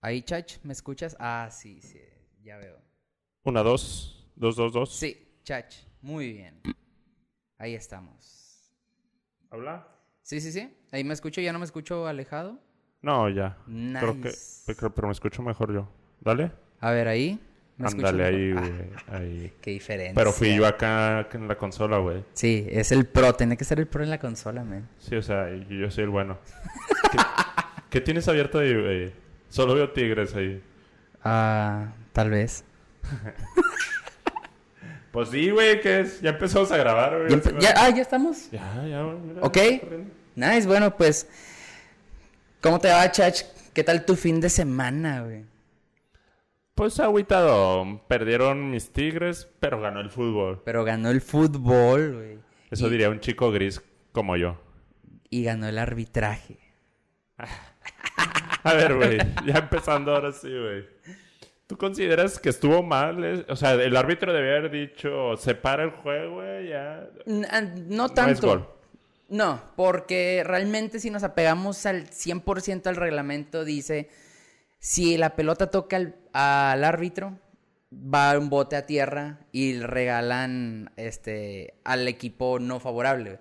Ahí, Chach, ¿me escuchas? Ah, sí, sí, ya veo. Una, dos, dos, dos, dos. Sí, Chach, muy bien. Ahí estamos. ¿Habla? Sí, sí, sí. Ahí me escucho, ya no me escucho alejado. No, ya. Nice. Creo que, pe- creo- pero me escucho mejor yo. Dale. A ver, ahí. ¿Me escucho Ándale ahí, mejor? güey. Ahí. Ah, qué diferencia. Pero fui yo acá en la consola, güey. Sí, es el pro. Tiene que ser el pro en la consola, man. Sí, o sea, yo yo soy el bueno. ¿Qué, qué tienes abierto ahí, güey? Solo veo tigres ahí. Ah, tal vez. Pues sí, güey, ¿qué es? Ya empezamos a grabar, güey. Ya empe- ya- ah, ya estamos. ya, ya, güey, mira, Ok. está corriendo. Nice, bueno, pues. ¿Cómo te va, Chach? ¿Qué tal tu fin de semana, güey? Pues agüitado. Perdieron mis tigres, pero ganó el fútbol. Pero ganó el fútbol, güey. Eso y, diría un chico gris como yo. y ganó el arbitraje. A ver, güey, ya empezando ahora sí, güey. ¿Tú consideras que estuvo mal? eh? O sea, el árbitro debe haber dicho, separa el juego, güey, ya. N- ah, No No es tanto. gol. No, porque realmente si nos apegamos al 100% al reglamento, dice, si la pelota toca al, al árbitro, va un bote a tierra y le regalan este, al equipo no favorable.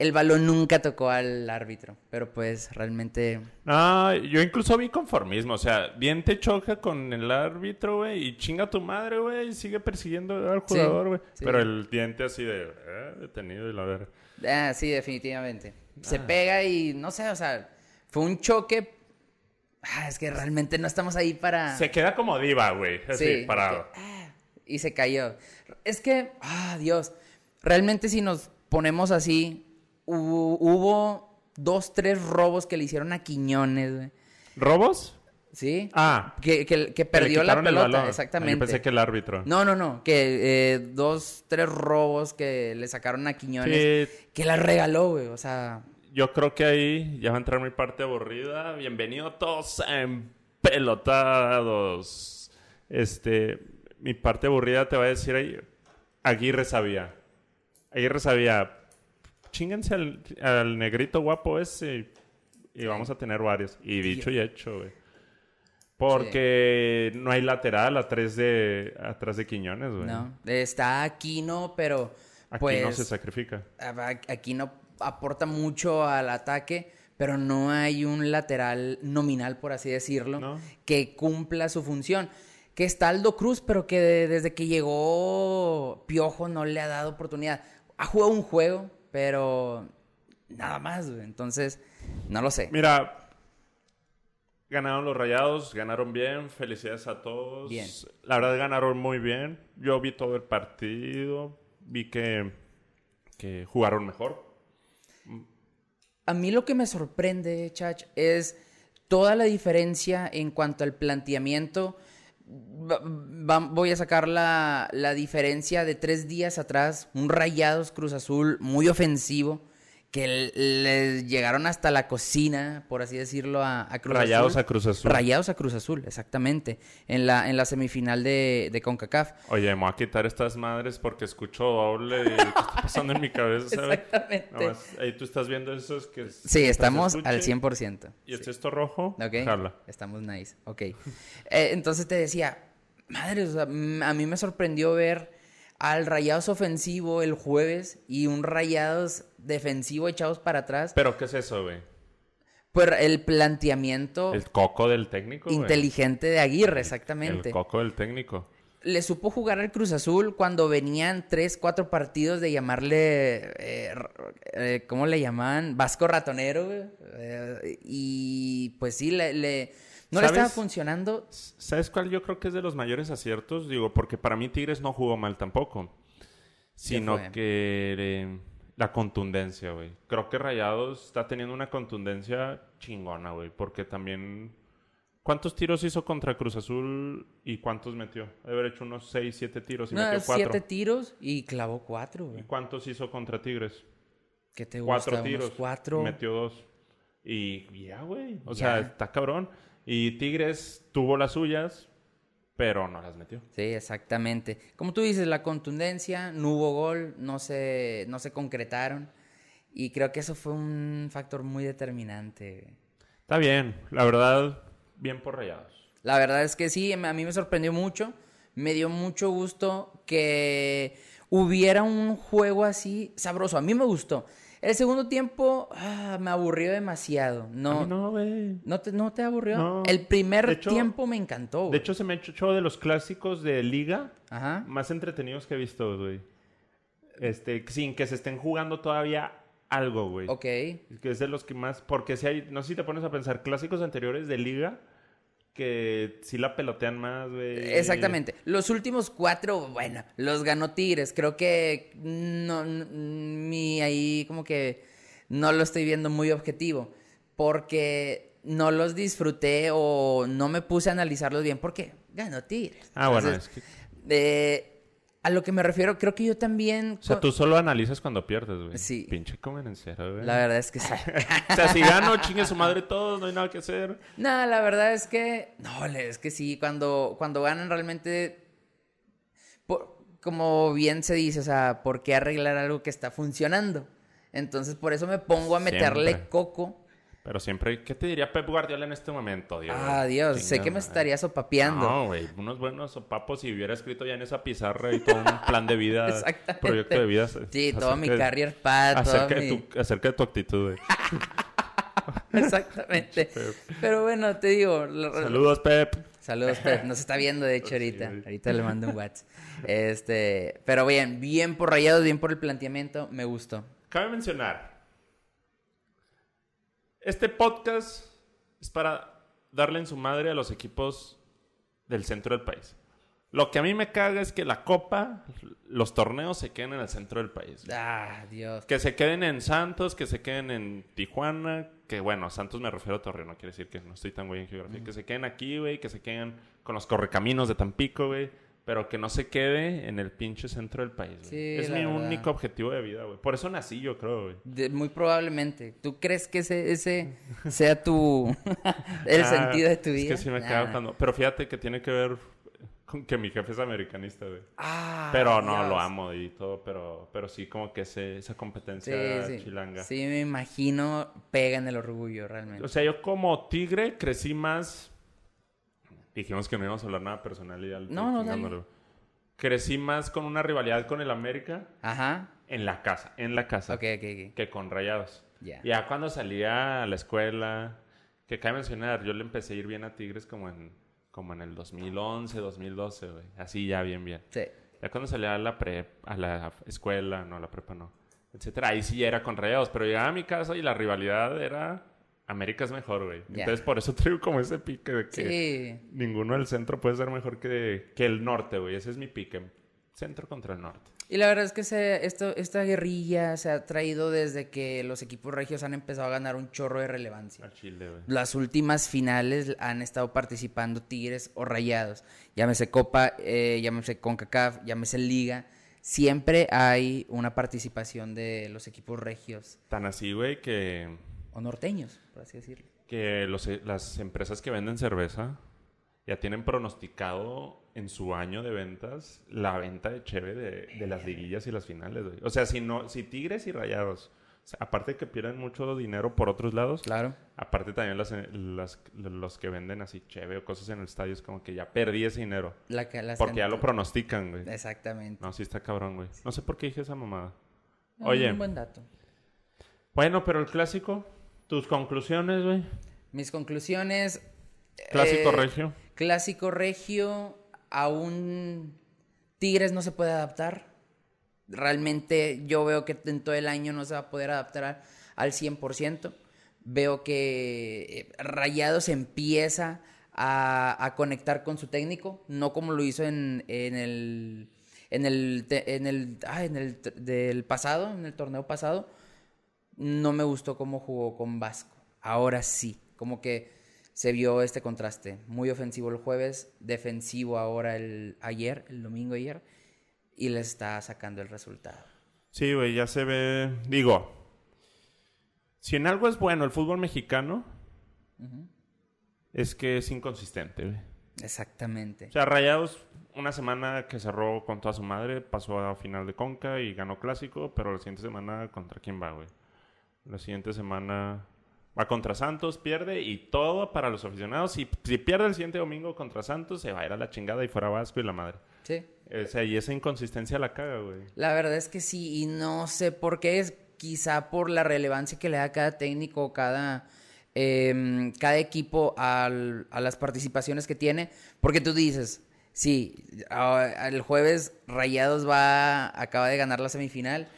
El balón nunca tocó al árbitro, pero pues realmente... No, yo incluso vi conformismo. O sea, bien te choca con el árbitro, güey, y chinga tu madre, güey, y sigue persiguiendo al Sí, jugador, güey. sí. Pero el diente así de, eh, detenido y la verga. Ah, sí, definitivamente. Se pega y no sé, o sea, fue un choque. Ah, es que realmente no estamos ahí para... Se queda como diva, güey, Ah. así, Sí, ah, parado. y se cayó. Es que, ah, Dios, realmente si nos ponemos así, hubo, hubo dos, tres robos que le hicieron a Quiñones, güey. ¿Robos? ¿sí? Ah, que, que- que que le perdió la quitaron el pelota, balón. Ah, exactamente. Yo pensé que el árbitro. No, no, no, que eh, dos, tres robos que le sacaron a Quiñones, Sí, que la regaló, güey, o sea... Yo creo que ahí ya va a entrar mi parte aburrida. Bienvenidos todos a Empelotados. Este, mi parte aburrida te va a decir ahí, Aguirre sabía. Aguirre sabía. Chinguense al, al negrito guapo ese y vamos a tener varios. Y dicho y hecho, güey. Porque no hay lateral atrás de, atrás de Quiñones, güey. No, está Aquino, pero Aquí pues no se sacrifica. aquí no aporta mucho al ataque, pero no hay un lateral nominal, por así decirlo, No. que cumpla su función. Que está Aldo Cruz, pero que de- desde que llegó Piojo no le ha dado oportunidad. Ha jugado un juego, pero nada más, güey. Entonces, no lo sé. Mira, ganaron los rayados, ganaron bien, felicidades a todos. Bien. La verdad ganaron muy bien. Yo vi todo el partido, vi que, que jugaron mejor. A mí lo que me sorprende, Chach, es toda la diferencia en cuanto al planteamiento. Va- va- voy a sacar la, la diferencia de tres días atrás, un Rayados Cruz Azul muy ofensivo, que l- les llegaron hasta la cocina, por así decirlo, a, a Cruz rayados Azul. a Cruz Azul. Rayados a Cruz Azul, exactamente, en la, en la semifinal de, de CONCACAF. Oye, me voy a quitar estas madres porque escucho doble y ¿qué está pasando en mi cabeza? ¿sabes? Exactamente. Nomás, ahí tú estás viendo esos que... s- Sí, que se estamos al escuche. 100%. Y el cesto rojo, Ok. jala. Estamos nice. Ok. Eh, entonces te decía, madre, o sea, mm, a mí me sorprendió ver al Rayados ofensivo el jueves y un Rayados defensivo echados para atrás. ¿Pero qué es eso, güey? Por el planteamiento El coco del técnico, güey. inteligente de Aguirre, El exactamente. coco del técnico. Le supo jugar al Cruz Azul cuando venían tres, cuatro partidos de llamarle, eh, r- eh, ¿cómo le llaman? Vasco ratonero. güey. Eh, y pues sí, le, le- no le ¿Sabes? estaba funcionando. ¿Sabes cuál yo creo que es de los mayores aciertos? Digo, porque para mí Tigres no jugó mal tampoco. fue? Sino que eh, la contundencia, güey. Creo que Rayados está teniendo una contundencia chingona, güey. Porque también... ¿Cuántos tiros hizo contra Cruz Azul y cuántos metió? Debe haber hecho unos 6, 7 tiros y No, metió 4. siete tiros y clavó cuatro, ¿Y güey. cuántos hizo contra Tigres? ¿Qué te cuatro gusta? tiros. Unos cuatro. Metió dos. Y ya, güey. O Ya. sea, está cabrón. Y Tigres tuvo las suyas, pero no las metió. Sí, exactamente. Como tú dices, la contundencia, no hubo gol, no se, no se concretaron. Y creo que eso fue un factor muy determinante. güey. Está bien, la verdad, bien por rayados. La verdad es que sí, a mí me sorprendió mucho. Me dio mucho gusto que hubiera un juego así sabroso. A mí me gustó. El segundo tiempo ah, me aburrió demasiado. A No, no. mí no, güey. te, no te aburrió? No. El primer De hecho- tiempo me encantó. De güey. hecho, se me ha hecho de los clásicos de liga Ajá. más entretenidos que he visto, güey. Este, sin que se estén jugando todavía algo, güey. Ok. Que es de los que más. Porque si hay. No sé si te pones a pensar, clásicos anteriores de liga. Que sí la pelotean más, güey. Exactamente. Los últimos cuatro, bueno, los ganó Tigres. Creo que no, n- mi ahí como que no lo estoy viendo muy objetivo. Porque no los disfruté o no me puse a analizarlos bien porque ganó Tigres. Ah, bueno, Entonces, es que- eh, a lo que me refiero, creo que yo también... O sea, co- tú solo analizas cuando pierdes, güey. Sí. Pinche convenenciero, güey. La verdad es que sí. O sea, si gano, chingue su madre todos, no hay nada que hacer. No, la verdad es que. No, le- es que sí, cuando, cuando ganan realmente. por- como bien se dice, o sea, ¿por qué arreglar algo que está funcionando? Entonces, por eso me pongo a meterle Siempre. coco. Pero siempre, ¿qué te diría Pep Guardiola en este momento, Dios? Ah, Dios, sé Chinga que me madre. estaría sopapeando. No, güey, unos buenos sopapos si hubiera escrito ya en esa pizarra y todo un plan de vida, Exactamente. proyecto de vida. sí, todo mi acerca de- career pad, todo Acerca, mi- de tu, acerca de tu actitud, güey. Exactamente. Pero bueno, te digo. lo- Saludos, Pep. Saludos, Pep. Nos está viendo, de hecho, ahorita. Sí, güey. Ahorita le mando un WhatsApp. Este, pero bien, bien por rayados, bien por el planteamiento. Me gustó. Cabe mencionar, este podcast es para darle en su madre a los equipos del centro del país. Lo que a mí me caga es que la copa, los torneos se queden en el centro del país. Ah, Dios. Que se queden en Santos, que se queden en Tijuana, que bueno, Santos me refiero a Torreón, no quiere decir que no estoy tan güey en geografía. Que se queden aquí, güey, que se queden con los correcaminos de Tampico, güey. Pero que no se quede en el pinche centro del país, güey. Sí, es la mi verdad. único objetivo de vida, güey. Por eso nací, yo creo, güey. De- muy probablemente. ¿Tú crees que ese, ese sea tu el Ah, sentido de tu vida? Es que sí me Nah. caga cuando... Pero fíjate que tiene que ver con que mi jefe es americanista, güey. Ah, Pero no, lo Dios. amo y todo, pero, pero sí como que ese- esa Sí, competencia sí. chilanga. Sí, me imagino pega en el orgullo realmente. O sea, yo como tigre crecí más. Dijimos que no íbamos a hablar nada personal y al No, no, dale. chingándolo. Crecí más con una rivalidad con el América Ajá. en la casa, en la casa, Ok, ok, ok. que con Rayados. Ya. Ya cuando salía a la escuela, que cabe mencionar, yo le empecé a ir bien a Tigres como en, como en el 2011, 2012, güey. Así ya bien, bien. Sí. Ya cuando salía a la prep, a la escuela, no, a la prepa no, etcétera, ahí sí era con rayados, pero llegaba a mi casa y la rivalidad era América es mejor, güey. Ya. Entonces por eso traigo como ese pique de que Sí. ninguno del centro puede ser mejor que, que el norte, güey. Ese es mi pique. Centro contra el norte. Y la verdad es que se- esto, esta guerrilla se ha traído desde que los equipos regios han empezado a ganar un chorro de relevancia. Al Chile, güey. las últimas finales han estado participando Tigres o Rayados. Llámese Copa, eh, llámese CONCACAF, llámese Liga. Siempre hay una participación de los equipos regios Tan así, güey, que, o norteños, por así decirlo. que los- e, las empresas que venden cerveza ya tienen pronosticado en su año de ventas la venta de Cheve de, de las liguillas y las finales, güey. O sea, si, no, si Tigres y Rayados, o sea, aparte que pierden mucho dinero por otros lados, Claro. aparte también las, las- los que venden así Cheve o cosas en el estadio, es como que ya perdí ese dinero. La, ca- las Porque ya lo canti- pronostican, güey. Exactamente. No, sí está cabrón, güey. No sé por qué dije esa mamada. Ah, Oye, Un buen dato. bueno, pero el clásico, tus conclusiones, güey. Mis conclusiones. Clásico eh, regio. Clásico regio, aún Tigres no se puede adaptar. Realmente yo veo que en todo el año no se va a poder adaptar a- al 100%. Veo que eh, Rayados empieza a, a conectar con su técnico, no como lo hizo en, en el en el te- en el, ah, en el t- del pasado, en el torneo pasado. No me gustó cómo jugó con Vasco. Ahora sí, como que se vio este contraste. Muy ofensivo el jueves, defensivo ahora el ayer, el domingo ayer, y le está sacando el resultado. Sí, güey, ya se ve. Digo, si en algo es bueno el fútbol mexicano, es que es inconsistente, güey. Exactamente. O sea, Rayados, una semana que cerró con toda su madre, pasó a final de Conca y ganó clásico, pero la siguiente semana, ¿contra quién va, güey? La siguiente semana Va contra Santos, pierde y todo para los aficionados. Si, si pierde el siguiente domingo contra Santos, se va a ir a la chingada y fuera Vasco y la madre. Sí. O sea, y esa inconsistencia la caga, güey. La verdad es que sí, y no sé por qué es quizá por la relevancia que le da cada técnico, cada, em, cada equipo al- a las participaciones que tiene, porque tú dices, sí, a- el jueves Rayados va, acaba de ganar la semifinal,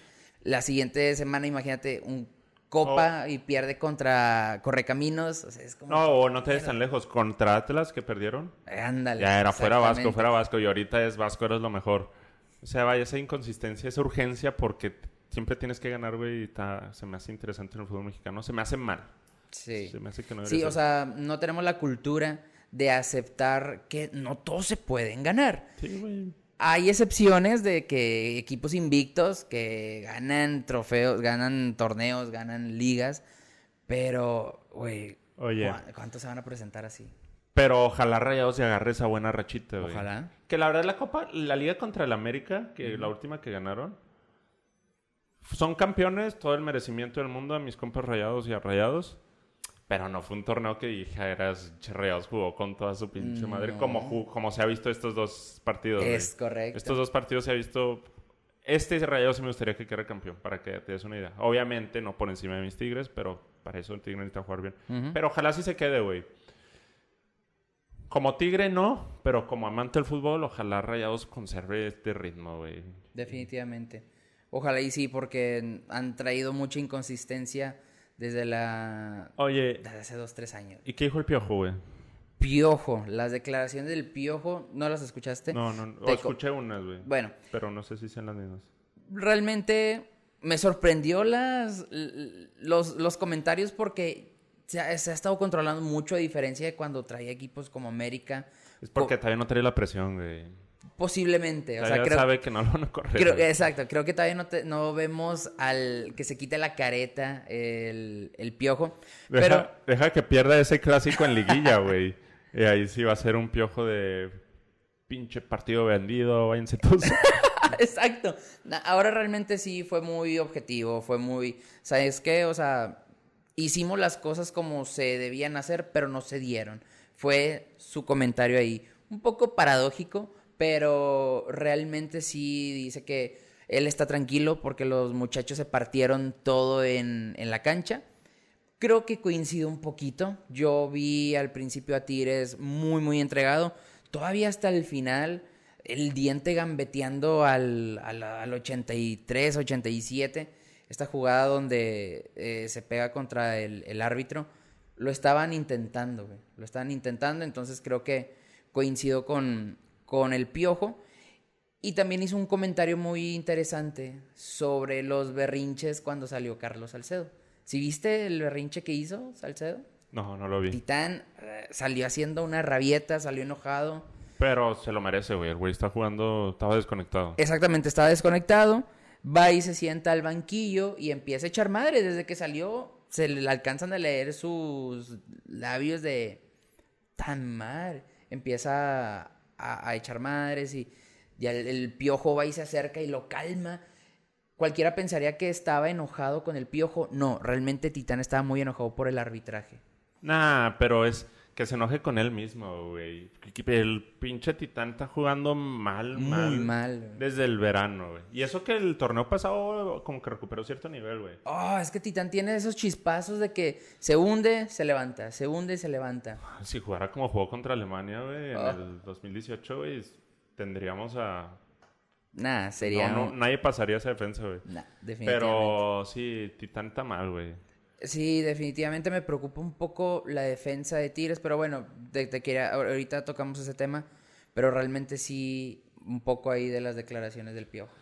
la siguiente semana imagínate un copa y pierde contra Correcaminos, o sea, es como... Oh. No, o no te des tan lejos. Contra Atlas que perdieron. Ándale. Ya era fuera Vasco, exactamente. fuera Vasco. Y ahorita es Vasco, eres lo mejor. O sea, vaya, esa inconsistencia, esa urgencia porque siempre tienes que ganar, güey. Y ta- se me hace interesante en el fútbol mexicano. Se me hace mal. Sí. Se me hace que no Sí, debería o ser. sea, no tenemos la cultura de aceptar que no todos se pueden ganar. Sí, güey. Hay excepciones de que equipos invictos que ganan trofeos, ganan torneos, ganan ligas, pero, güey, Oye. ¿cu- ¿cuántos se van a presentar así? Pero ojalá Rayados se agarre esa buena rachita, güey. Ojalá. Que la verdad la Copa, la Liga contra el América, que la última que ganaron, son campeones, todo el merecimiento del mundo a mis compas Rayados y a Rayados. Pero no fue un torneo que dijeras, "Che, Rayados jugó con toda su pinche madre, No. como, ju- como se ha visto estos dos partidos. güey. Es correcto. Estos dos partidos se ha visto. Este Rayados se me gustaría que quedara campeón, para que te des una idea. Obviamente no por encima de mis Tigres, pero para eso el Tigre necesita jugar bien. Ujú. Pero ojalá sí se quede, güey. Como Tigre no, pero como amante del fútbol, ojalá Rayados conserve este ritmo, güey. Definitivamente. Ojalá y sí, porque han traído mucha inconsistencia desde la... Oye, desde hace dos, tres años. ¿y qué dijo el piojo, güey? Piojo, las declaraciones del Piojo, ¿no las escuchaste? No, no, no. Te co- escuché unas, güey. Bueno, Pero no sé si sean las mismas. realmente me sorprendió las, l- los, los comentarios porque se ha, se ha estado controlando mucho a diferencia de cuando traía equipos como América. Es porque todavía no trae la presión, güey. Posiblemente, o Todavía sea, creo, sabe que no lo van a correr. creo- güey. exacto, creo que todavía no, te- no vemos al que se quite la careta el, el piojo, Deja, pero deja que pierda ese clásico en liguilla, güey. Y ahí sí va a ser un piojo de pinche partido vendido, váyanse todos. Exacto. Na- Ahora realmente sí fue muy objetivo, fue muy, ¿sabes qué? O sea, hicimos las cosas como se debían hacer, pero no se dieron. Fue su comentario ahí. Un poco paradójico, pero realmente sí dice que él está tranquilo porque los muchachos se partieron todo en, en la cancha. Creo que coincido un poquito. Yo vi al principio a Tigres muy, muy entregado. Todavía hasta el final, el diente gambeteando al, al, al 83, 87. Esta jugada donde eh, se pega contra el, el árbitro. Lo estaban intentando, güey. Lo estaban intentando. Entonces creo que coincido con, con el piojo. Y también hizo un comentario muy interesante sobre los berrinches cuando salió Carlos Salcedo. ¿Sí viste el berrinche que hizo Salcedo? No, no lo vi. Titán eh, salió haciendo una rabieta, salió enojado. Pero se lo merece, güey. El güey está jugando, estaba desconectado. Exactamente, estaba desconectado. Va y se sienta al banquillo y empieza a echar madre. Desde que salió, se le alcanzan a leer sus labios de tan mal. Empieza a, a- a echar madres y, y el, el piojo va y se acerca y lo calma. Cualquiera pensaría que estaba enojado con el piojo. No, realmente Titán estaba muy enojado por el arbitraje. Nah, pero es que se enoje con él mismo, güey. El pinche titán está jugando mal, mal. Muy mal. güey. Desde el verano, güey. Y eso que el torneo pasado como que recuperó cierto nivel, güey. Oh, es que Titán tiene esos chispazos de que se hunde, se levanta, se hunde, se levanta. Si jugara como jugó contra Alemania, güey, en Ah. el 2018, güey, tendríamos a... Nah, sería. No, no, un- nadie pasaría esa defensa, güey. Nah, definitivamente. Pero sí, Titán está mal, güey. Sí, definitivamente me preocupa un poco la defensa de Tigres, pero bueno, te, te quería- ahor- ahorita tocamos ese tema, pero realmente sí, un poco ahí de las declaraciones del Piojo.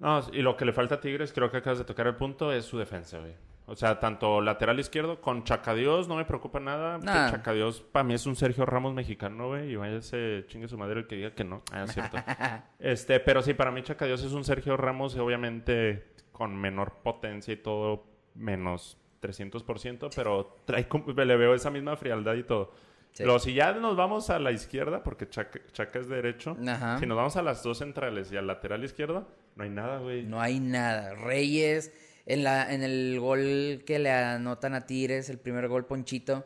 No, y lo que le falta a Tigres, creo que acabas de tocar el punto, es su defensa, güey. O sea, tanto lateral izquierdo con Chacadios, no me preocupa nada. porque Nah. Chacadios para mí es un Sergio Ramos mexicano, güey. Y váyase, chingue su madre el que diga que no. Ah, es cierto. este, pero sí, para mí Chacadios es un Sergio Ramos, obviamente con menor potencia y todo, menos 300%, pero trae, como- le veo esa misma frialdad y todo. Sí. Pero si ya nos vamos a la izquierda, porque Chaca, Chaca es derecho, Ajá. si nos vamos a las dos centrales y al lateral izquierdo, no hay nada, güey. No hay nada. Reyes, en, la, en el gol que le anotan a Tigres, el primer gol Ponchito,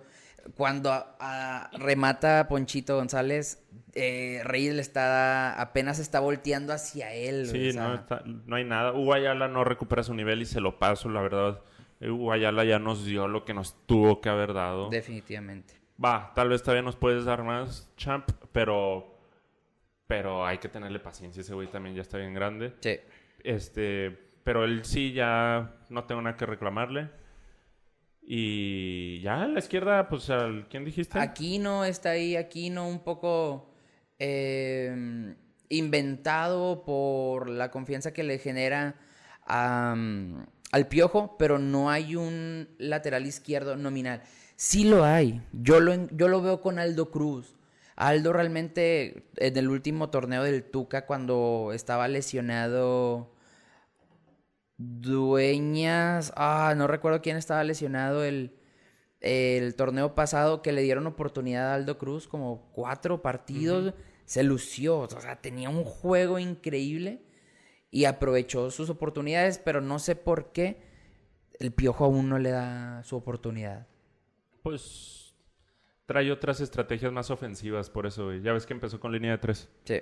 cuando a- a- remata Ponchito González, eh, Reyes le está, apenas está volteando hacia él. güey, Sí, o sea, no, está- no hay nada. Hugo Ayala no recupera su nivel y se lo paso, la verdad. Eh, Hugo Ayala ya nos dio lo que nos tuvo que haber dado. definitivamente. Va, tal vez todavía nos puedes dar más, champ, pero... Pero hay que tenerle paciencia, ese güey también ya está bien grande. Sí. Este, pero él sí ya no tengo nada que reclamarle. Y ya en la izquierda, pues al ¿quién dijiste? Aquino está ahí, Aquino un poco eh, inventado por la confianza que le genera a, mm, al Piojo, pero no hay un lateral izquierdo nominal. Sí lo hay, yo lo, en- yo lo veo con Aldo Cruz. Aldo realmente en el último torneo del Tuca, cuando estaba lesionado Dueñas, ah, no recuerdo quién estaba lesionado el el torneo pasado que le dieron oportunidad a Aldo Cruz, como cuatro partidos, se lució, o sea, tenía un juego increíble y aprovechó sus oportunidades, pero no sé por qué el Piojo aún no le da su oportunidad. Pues trae otras estrategias más ofensivas, por eso, güey. Ya ves que empezó con línea de tres. Sí,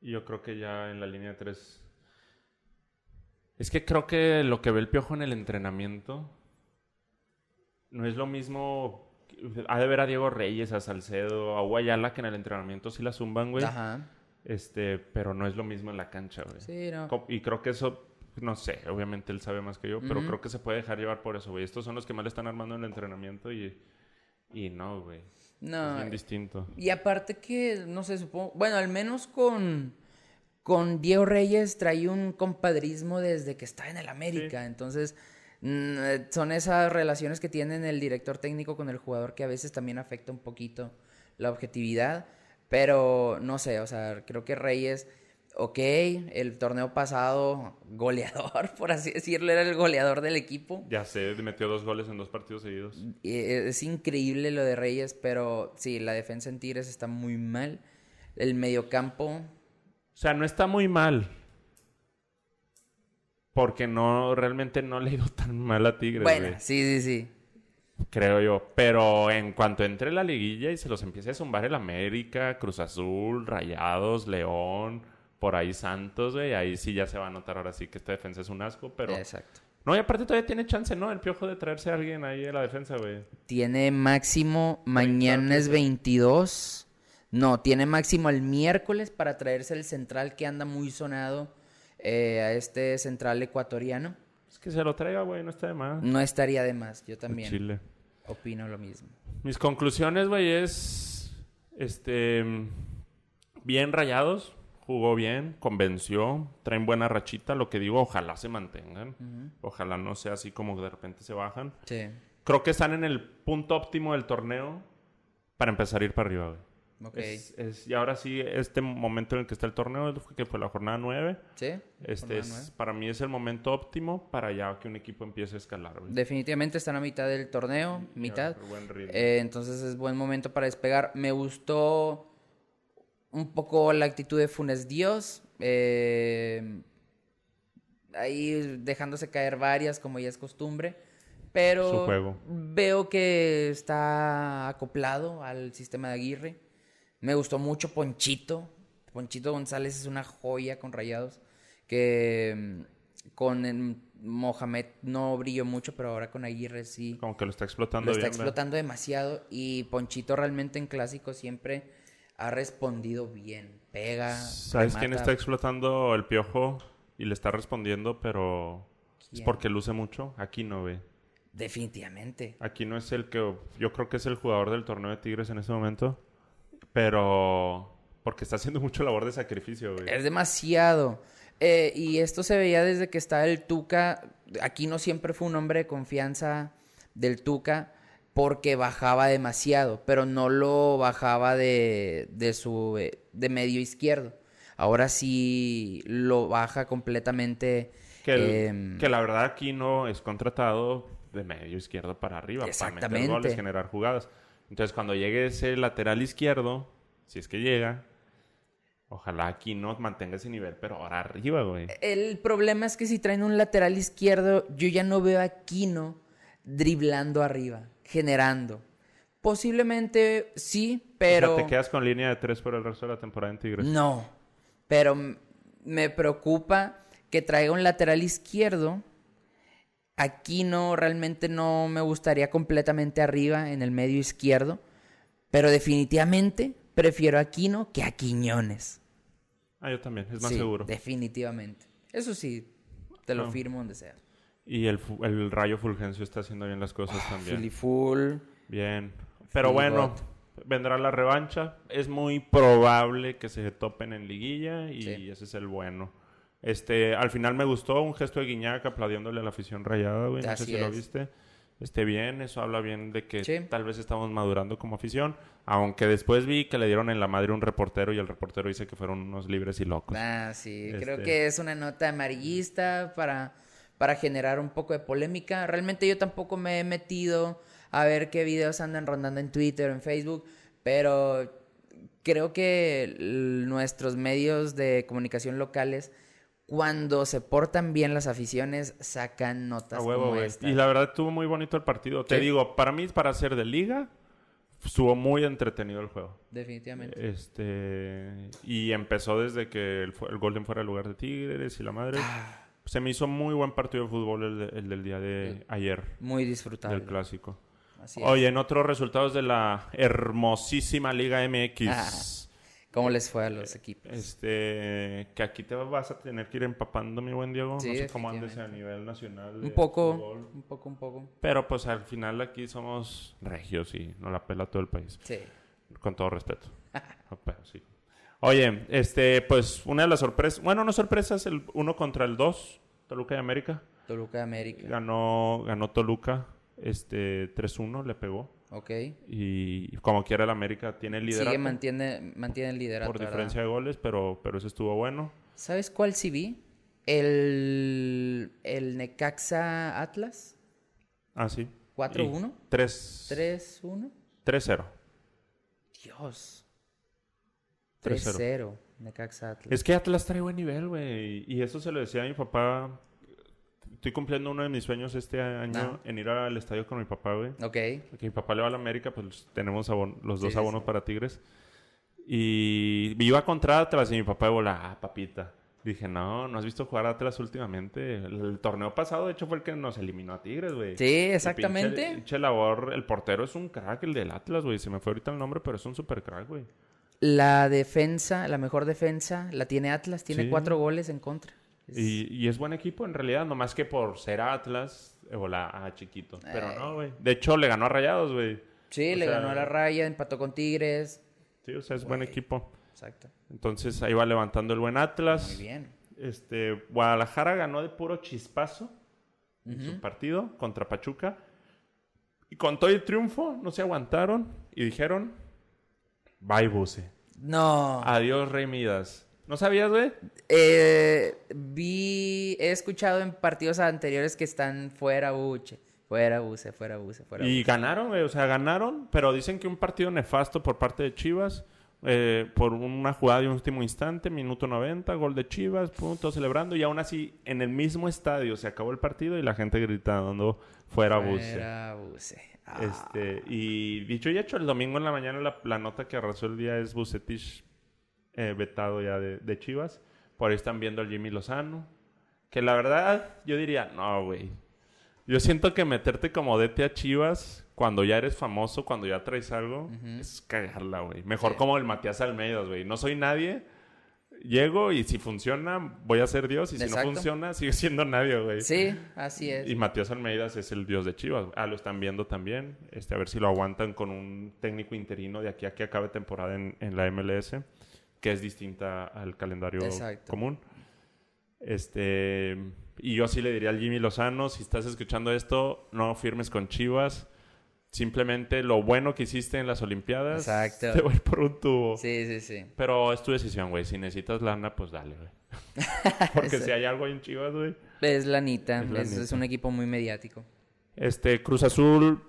Y yo creo que ya en la línea de tres. Es que creo que lo que ve el piojo en el entrenamiento no es lo mismo. Ha de ver a Diego Reyes, a Salcedo, a Guayala, que en el entrenamiento sí la zumban, güey. ajá. Este, pero no es lo mismo en la cancha, güey. Sí, no. Co- Y creo que eso, no sé, obviamente él sabe más que yo, pero Ujú. creo que se puede dejar llevar por eso, güey. Estos son los que más le están armando en el entrenamiento y, y no, güey. es No, bien distinto. Y aparte que, no sé, supongo, bueno, al menos con, con Diego Reyes trae un compadrismo desde que está en el América. Entonces, mm, eh, son esas relaciones que tienen el director técnico con el jugador que a veces también afecta un poquito la objetividad. Pero, no sé, o sea, creo que Reyes, ok, el torneo pasado, goleador, por así decirlo, era el goleador del equipo. Ya sé, metió dos goles en dos partidos seguidos. Eh, Es increíble lo de Reyes, pero sí, la defensa en Tigres está muy mal. El mediocampo, O sea, no está muy mal. Porque no, realmente no le ha ido tan mal a Tigres, bueno, güey, sí, sí, sí. creo yo. Pero en cuanto entre la liguilla y se los empiece a zumbar el América, Cruz Azul, Rayados, León, por ahí Santos, güey, ahí sí ya se va a notar ahora sí que esta defensa es un asco, pero... Exacto. No, y aparte todavía tiene chance, ¿no? El piojo de traerse a alguien ahí de la defensa, güey. Tiene máximo, mañana es 22. No, tiene máximo el miércoles para traerse el central que anda muy sonado eh, a este central ecuatoriano. Es que se lo traiga, güey, no está de más. No estaría de más, yo Mm, también Chile. opino lo mismo. Mis conclusiones, güey, es. Este. Bien rayados. Jugó bien. Convenció. Traen buena rachita. Lo que digo, ojalá se mantengan. Mm. Ojalá no sea así como de repente se bajan. Sí, Creo que están en el punto óptimo del torneo para empezar a ir para arriba, güey. ok. Es- es- y ahora sí, este momento en el que está el torneo, que fue la jornada 9, sí, este jornada es- nueve. para mí es el momento óptimo para ya que un equipo empiece a escalar, güey. Definitivamente están a mitad del torneo, Y mitad. agarrar buen ritmo. Eh, entonces es buen momento para despegar. Me gustó un poco la actitud de Funes Dios. eh, ahí dejándose caer varias, como ya es costumbre. Pero Su juego. veo que está acoplado al sistema de Aguirre. Me gustó mucho Ponchito. Ponchito González es una joya con rayados. Que mm, con el Mohamed no brilló mucho, pero ahora con Aguirre sí Como que lo está explotando lo está bien, ¿verdad? explotando demasiado y Ponchito realmente en clásico siempre ha respondido bien. Pega. ¿Sabes quién remata. está explotando el piojo y le está respondiendo, pero es ¿Quién? porque luce mucho? Aquí no ve. Definitivamente. Aquí no es el que yo creo que es el jugador del torneo de Tigres en este momento, pero porque está haciendo mucho labor de sacrificio, güey. Es demasiado. Eh, y esto se veía desde que estaba el Tuca. Aquí no siempre fue un hombre de confianza del Tuca porque bajaba demasiado, pero no lo bajaba de, de su eh, de medio izquierdo. Ahora sí lo baja completamente. Que, el- em, que la verdad aquí no es contratado de medio izquierdo para arriba para meter Exactamente. goles, generar jugadas. Entonces cuando llegue ese lateral izquierdo, si es que llega, Ojalá aquí no mantenga ese nivel, pero ahora arriba, Eh, güey. El problema es que si traen un lateral izquierdo, yo ya no veo a Aquino driblando arriba, generando. Posiblemente sí, pero. Mm. O sea, te quedas con línea de tres por el resto de la temporada en Tigres. No. Pero m- me preocupa que traiga un lateral izquierdo. Aquí no, realmente no me gustaría completamente arriba en el medio izquierdo. Pero definitivamente prefiero a Aquino que a Quiñones. Ah, yo también, es más Sí, seguro. Ah. Definitivamente. Eso sí, te lo No. firmo donde sea. Y el, fu- el Rayo Fulgencio está haciendo bien las cosas Ah, también. Filiful. Bien. Pero Philly bueno, Bot. vendrá la revancha. Es muy probable que se topen en liguilla y Sí. ese es el bueno. Este, al final me gustó un gesto de Guiñac aplaudiéndole a la afición rayada, güey. No Así sé si lo es. viste. Este, bien, eso habla bien de que Sí. tal vez estamos madurando como afición. Aunque después vi que le dieron en la madre un reportero y el reportero dice que fueron unos libres y locos. Ah, sí, creo Este- que es una nota amarillista para, para generar un poco de polémica. Realmente yo tampoco me he metido a ver qué videos andan rondando en Twitter, en Facebook, pero creo que l- nuestros medios de comunicación locales, cuando se portan bien las aficiones, sacan notas A huevo, como güey. esta. Y la verdad estuvo muy bonito el partido. Te Sí. digo, para mí, para ser de liga, estuvo muy entretenido el juego. Definitivamente. Este y empezó desde que el, fu- el Golden fuera el lugar de Tigres y la madre. Ah. Se me hizo muy buen partido de fútbol el, de- el del día de ayer Muy del disfrutable. clásico. Así es. Oye, en otros resultados de la hermosísima Liga MX. Ah. ¿Cómo les fue a eh, los equipos? Este, que aquí te vas a tener que ir empapando, mi buen Diego. Sí, no sé cómo andes a definitivamente. nivel nacional. de Un poco, fútbol. un poco, un poco. Pero pues al final aquí somos regios y nos la pela todo el país. Sí. Con todo respeto. No, pero sí. Oye, este, pues una de las sorpresas, bueno, no sorpresas, el uno contra el dos, Toluca y América. Toluca de América. Ganó, ganó Toluca, este, 3-1, le pegó. Ok. Y como quiera el América tiene el Sigue, liderato mantiene, mantiene el liderato. por ¿verdad? diferencia de goles, pero, pero eso estuvo bueno. ¿Sabes cuál sí vi? El, el Necaxa Atlas. Ah, sí. 4-1. Y tres- 3-1. 3-0. Dios. 3-0. 3-0. Necaxa Atlas. Es que Atlas trae buen nivel, güey. Y eso se lo decía a mi papá. Estoy cumpliendo uno de mis sueños este año Ah. en ir al estadio con mi papá, güey. Ok. que mi papá le va a la América, pues tenemos abon- los Sí, dos sí, abonos para Tigres. Y iba contra Atlas y mi papá de bola, ah, papita. Dije, no, no has visto jugar a Atlas últimamente. El, el torneo pasado, de hecho, fue el que nos eliminó a Tigres, güey. Sí, Y exactamente. Pinche, pinche labor, el portero es un crack, el del Atlas, güey. Se me fue ahorita el nombre, pero es un super crack, güey. La defensa, la mejor defensa, la tiene Atlas. Tiene Sí. cuatro goles en contra. Es- Y, y es buen equipo en realidad, nomás que por ser Atlas, eh, bola, ah, chiquito. Pero Ay. no, güey. De hecho, le ganó a Rayados, güey. Sí, o le sea- ganó a la raya, empató con Tigres. Sí, o sea, es buen Güey. equipo. Exacto. Entonces ahí va levantando el buen Atlas. Muy bien. Este, Guadalajara ganó de puro chispazo en su partido contra Pachuca. Y con todo el triunfo, no se aguantaron y dijeron: Bye, Buse. No. Adiós, Rey Midas. ¿No sabías, güey? Eh, vi, he escuchado en partidos anteriores que están fuera Buche, fuera Buse, fuera Buse, fuera Y Buse. ganaron, güey. O sea, ganaron, pero dicen que un partido nefasto por parte de Chivas. eh, por una jugada de último instante, minuto 90, gol de Chivas, punto celebrando. Y aún así, en el mismo estadio se acabó el partido y la gente gritando: Fuera, Buse. Fuera Buse. Ah, Este, y dicho y hecho, el domingo en la mañana la, la nota que arrasó el día es Bucetich eh, vetado ya de, de Chivas. Por ahí están viendo al Jimmy Lozano. Que la verdad, yo diría, no, güey. Yo siento que meterte como DT a Chivas cuando ya eres famoso, cuando ya traes algo, es cagarla, güey. Mejor Sí. como el Matías Almeida, güey. No soy nadie. Llego y si funciona, voy a ser Dios. Y si Exacto. no funciona, sigue siendo nadie, güey. Sí, así es. eh, Y Matías Almeida es el dios de Chivas. Ah, lo están viendo también. Este, a ver si lo aguantan con un técnico interino de aquí a que acabe temporada en, en la MLS, que es distinta al calendario Exacto. común. Este, y yo sí le diría al Jimmy Lozano, si estás escuchando esto, no firmes con Chivas. Simplemente lo bueno que hiciste en las Olimpiadas, Exacto. te voy por un tubo. Sí, sí, sí. Pero es tu decisión, güey. Si necesitas lana, pues dale, güey. Porque si hay algo ahí en Chivas, güey. Es la Nita, Es la es, es neta. un equipo muy mediático. Este, Cruz Azul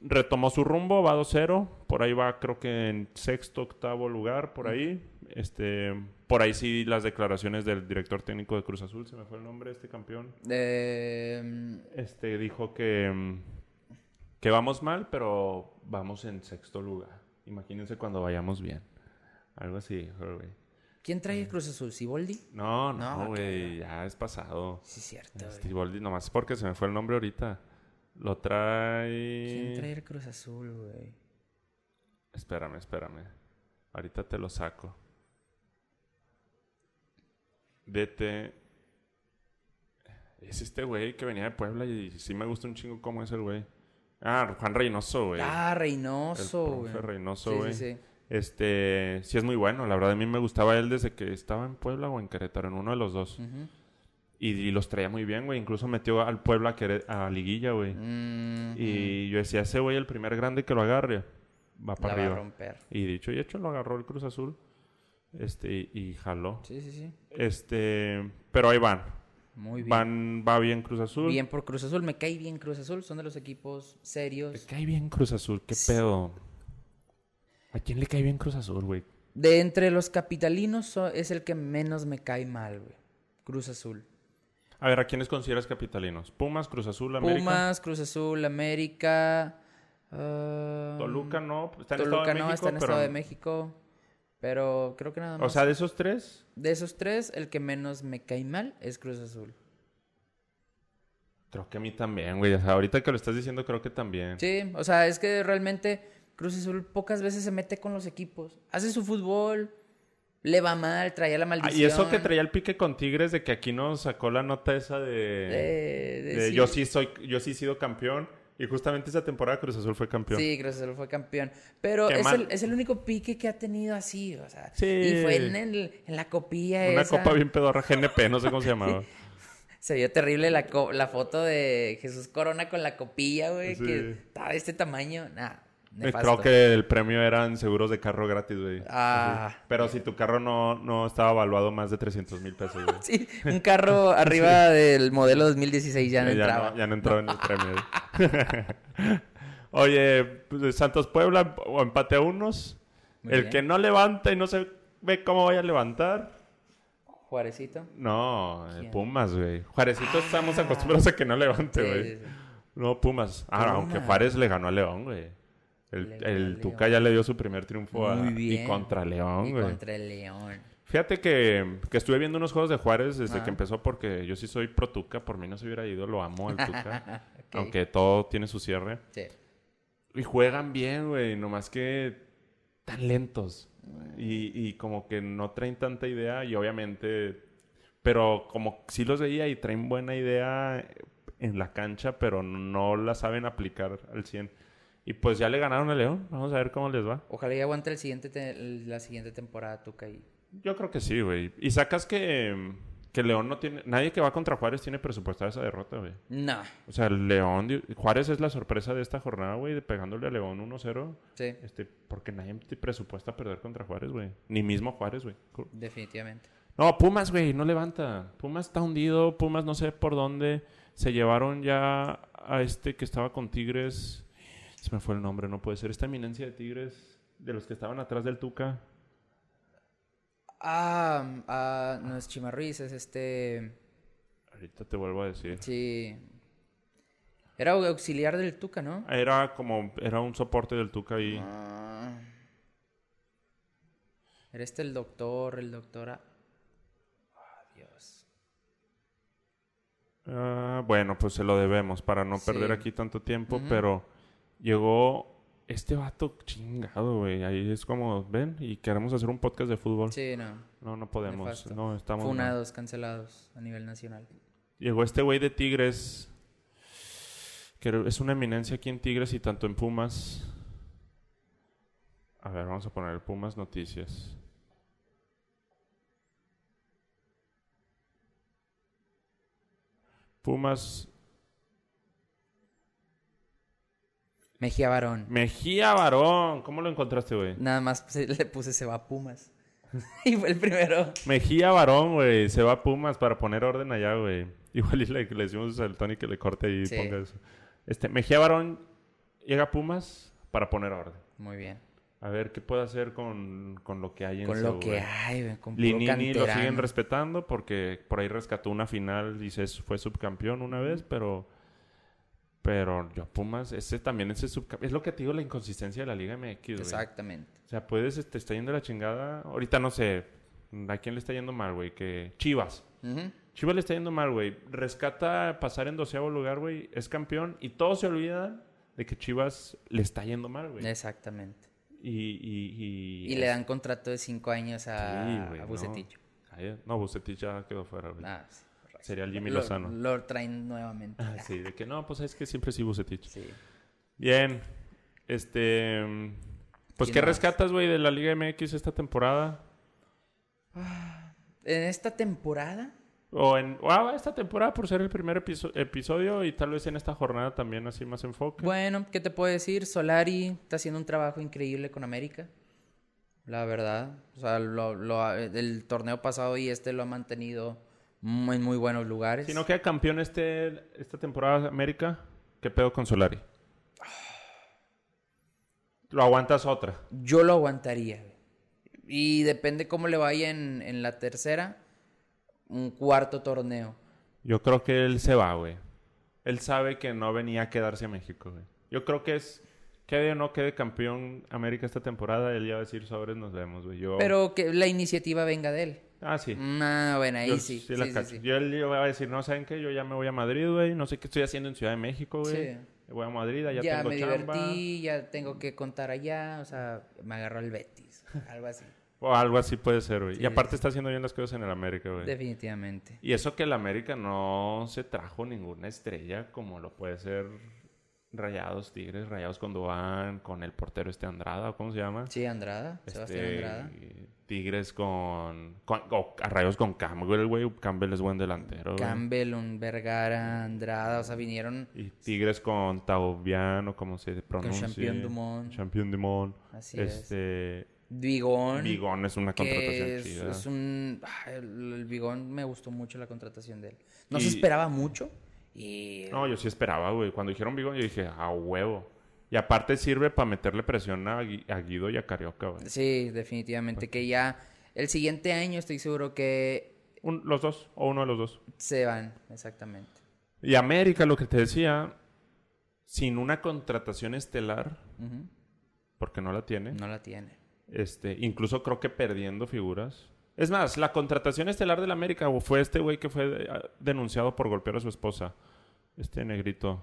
retomó su rumbo, va 2-0. Por ahí va, creo que en sexto, octavo lugar, por ahí. Este, por ahí sí las declaraciones del director técnico de Cruz Azul, se me fue el nombre de este campeón. Eh, Este dijo que, mm, que vamos mal, pero vamos en sexto lugar. Imagínense cuando vayamos bien. Algo así, güey. ¿Quién trae Cruz Azul? ¿Siboldi? No, No, no, güey, ya es pasado. Sí, cierto. güey. Stiboldi, nomás porque se me fue el nombre ahorita. Lo trae. ¿Quién trae el Cruz Azul, güey? Espérame, espérame. Ahorita te lo saco. DT. Es este güey que venía de Puebla y sí me gusta un chingo cómo es el güey. Ah, Juan Reynoso, güey. Ah, el Reynoso, profe güey. Reynoso, Sí, sí, güey. sí. Este, sí es muy bueno. La verdad, a mí me gustaba él desde que estaba en Puebla o en Querétaro, en uno de los dos. Ujú. Y, y los traía muy bien, güey. Incluso metió al Puebla a, Queré- a Liguilla, güey. Mm, Y yo decía, ese güey, el primer grande que lo agarre, va la para va a arriba. romper. Y dicho y hecho, lo agarró el Cruz Azul. Este, y, y jaló. Sí, sí, sí. Este, pero ahí van. Muy bien. Van, va bien Cruz Azul. Bien por Cruz Azul. Me cae bien Cruz Azul. Son de los equipos Le serios. cae bien Cruz Azul, qué pedo. ¿A quién le cae bien Cruz Azul, güey? De entre los capitalinos so- es el que menos me cae mal, güey. Cruz Azul. A ver, ¿a quiénes consideras capitalinos? Pumas, Cruz Azul, América. Pumas, Cruz Azul, América. ah, Toluca no, está en Toluca Estado de no, México, está en pero- Estado de México. Pero creo que nada más. O sea, de esos tres, de esos tres, el que menos me cae mal es Cruz Azul. creo que a mí también, güey. O sea, ahorita que lo estás diciendo, creo que también. Sí, o sea, es que realmente Cruz Azul pocas veces se mete con los equipos. Hace su fútbol, le va mal, traía la Ah, maldición. y eso que traía el pique con Tigres de que aquí nos sacó la nota esa de- de- de sí. yo sí soy, yo sí he sido campeón. Y justamente esa temporada Cruz Azul fue campeón. Sí, Cruz Azul fue campeón. Pero Qué es mal. el, es el único pique que ha tenido así, o sea. Sí. Y fue en, el- en la copilla Una esa. copa bien pedorra, GNP, no sé cómo se llamaba. Se vio terrible la, co- la foto de Jesús Corona con la copilla, güey, Sí. que estaba de este tamaño. Nah, Eh, nefasto. Creo que el premio eran seguros de carro gratis, güey. Ah. Así. Pero si tu carro no, no estaba evaluado más de 300 mil pesos, güey. Sí, un carro arriba del modelo 2016 ya no Eh, ya, entraba. no, ya no entraba en el premio. güey. Oye, pues, Santos Puebla, o empate a unos. Muy el bien. que no levanta y no se ve cómo vaya a levantar. Juarecito. No, eh, ¿Quién? Ah. Pumas, güey. Juarecito estamos acostumbrados a que no levante, Sí, güey. sí, sí. No, Pumas. Ah, Pumas. aunque Juárez le ganó a León, güey. Le El, ganó el a Tuca ya le dio su primer triunfo a, Muy bien. y contra León, Y güey. contra el León. Fíjate que, que estuve viendo unos juegos de Juárez desde Ah. que empezó porque yo sí soy pro Tuca, por mí no se hubiera ido, lo amo al Tuca, aunque todo tiene su cierre. Sí. Y juegan bien, güey, nomás que tan lentos. Y, y como que no traen tanta idea y obviamente... Pero como sí los veía y traen buena idea en la cancha, pero no la saben aplicar al 100. Y pues ya le ganaron a León, vamos a ver cómo les va. Ojalá y aguante el siguiente te- la siguiente temporada Tuca y Yo creo que sí, güey. Y sacas que, que León no tiene... Nadie que va contra Juárez tiene presupuestada esa derrota, güey. No, O sea, León... di- Juárez es la sorpresa de esta jornada, güey, de pegándole a León 1-0. sí, Este, porque nadie te presupuesta perder contra Juárez, güey. Ni mismo Juárez, güey. Cu- definitivamente. No, Pumas, güey, no levanta. Pumas está hundido, Pumas no sé por dónde. Se llevaron ya a este que estaba con Tigres. Se me fue el nombre, no puede ser. Esta eminencia de Tigres, de los que estaban atrás del Tuca. Ah, mm, ah, no es Chima Ruiz, es este Ahorita te vuelvo a decir. sí. Era au- auxiliar del Tuca, ¿no? Era como, era un soporte del Tuca ahí. Ah. Era este el doctor, el doctora. Ah, Dios. Ah, bueno, pues se lo debemos para no perder Sí. aquí tanto tiempo, pero llegó este vato chingado, güey. Ahí es como, ven, y queremos hacer un podcast de fútbol. Sí, no. No, no podemos. Nefasto. No, estamos. mal. Funados, cancelados a nivel nacional. Llegó este güey de Tigres, que es una eminencia aquí en Tigres y tanto en Pumas. A ver, vamos a poner el Pumas Noticias. Pumas Mejía Barón. Mejía Varón. ¿Cómo lo encontraste, güey? Nada más se- le puse se va a Pumas. y fue el primero. Mejía Varón, güey. Se va a Pumas para poner orden allá, güey. Igual y le, le decimos al Tony que le corte y Sí. ponga eso. Este, Mejía Varón llega a Pumas para poner orden. Muy bien. A ver qué puede hacer con, con lo que hay en Con lo CU, que güey. hay, güey, con puro Linini lo canterano. siguen respetando porque por ahí rescató una final y se fue subcampeón una vez, pero pero yo a Pumas ese también ese subcampeón es lo que te digo la inconsistencia de la Liga MX, güey. Exactamente. O sea, puedes te está yendo la chingada, ahorita no sé a quién le está yendo mal, güey, que Chivas. Ujú. Chivas le está yendo mal, güey. Rescata pasar en doceavo lugar, güey, es campeón y todos se olvidan de que Chivas le está yendo mal, güey. Exactamente. Y, y, y, Y le dan contrato de cinco años a, Sí, güey, a no. Bucetich. Ay, No, Bucetich ya quedó fuera, güey. Ah, sí, correcto. Sería el Jimmy Lo- Lozano. Lo, traen nuevamente. Ah, Sí, de que no, pues es que siempre sí Bucetich. Sí. Bien. Este. mm, Pues, ¿Quién ¿qué más? rescatas, güey, de la Liga MX esta temporada? En esta temporada, O en. o, ah, esta temporada por ser el primer episo- episodio y tal vez en esta jornada también así más enfoque. bueno, ¿qué te puedo decir? Solari está haciendo un trabajo increíble con América. La verdad. O sea, lo- lo ha- el torneo pasado y este lo ha mantenido mu- en muy buenos lugares. Si no queda campeón este, esta temporada América, ¿qué pedo con Solari? Lo aguantas otra. Yo lo aguantaría. güey. Y depende cómo le vaya en, en la tercera, un cuarto torneo. Yo creo que él se va, güey. Él sabe que no venía a quedarse a México, güey. Yo creo que es. Quede o no quede campeón América esta temporada, él ya va a decir sobres, nos vemos, güey. Yo... Pero que la iniciativa venga de él. Ah, sí. Ah, bueno, ahí Yo sí. sí la sí, sí, cacho. sí. Yo él yo voy a decir, no, ¿saben qué? Yo ya me voy a Madrid, güey. No sé qué estoy haciendo en Ciudad de México, güey. Sí. Voy a Madrid, allá Ya, tengo me chamba. divertí, ya tengo que contar allá, o sea, me agarró el Betis, algo así, O algo así puede ser, güey. Sí, y aparte está haciendo bien las cosas en el América, güey. definitivamente. Y eso que el América no se trajo ninguna estrella como lo puede ser Rayados Tigres, Rayados Condobán, con el portero este Andrada, ¿o ¿cómo se llama? Sí, Andrada, Sebastián Este, Andrada. Tigres con, con o a Rayados con Campbell, güey. Campbell es buen delantero. güey. Campbell, un Vergara, Andrada, o sea, vinieron Y Tigres con Taubiano, como se pronuncia. Champion Dumont. Champion Dumont. Así es. este, Vigón, Vigón es una contratación que es, chida. es un... ah, El, el Vigón me gustó mucho la contratación de él. No se Y- esperaba mucho y... No, yo sí esperaba, güey. Cuando dijeron Vigón, yo dije, a huevo. Y aparte sirve para meterle presión a, Gui- a Guido y a Carioca, güey. Sí, definitivamente, que ya el siguiente año estoy seguro que Un- los dos, o uno de los dos. se van, exactamente. Y América, lo que te decía, sin una contratación estelar, Ujú. porque no la tiene, No la tiene. este, incluso creo que perdiendo figuras. Es más, la contratación estelar del América güey, fue este güey que fue eh, denunciado por golpear a su esposa. Este negrito.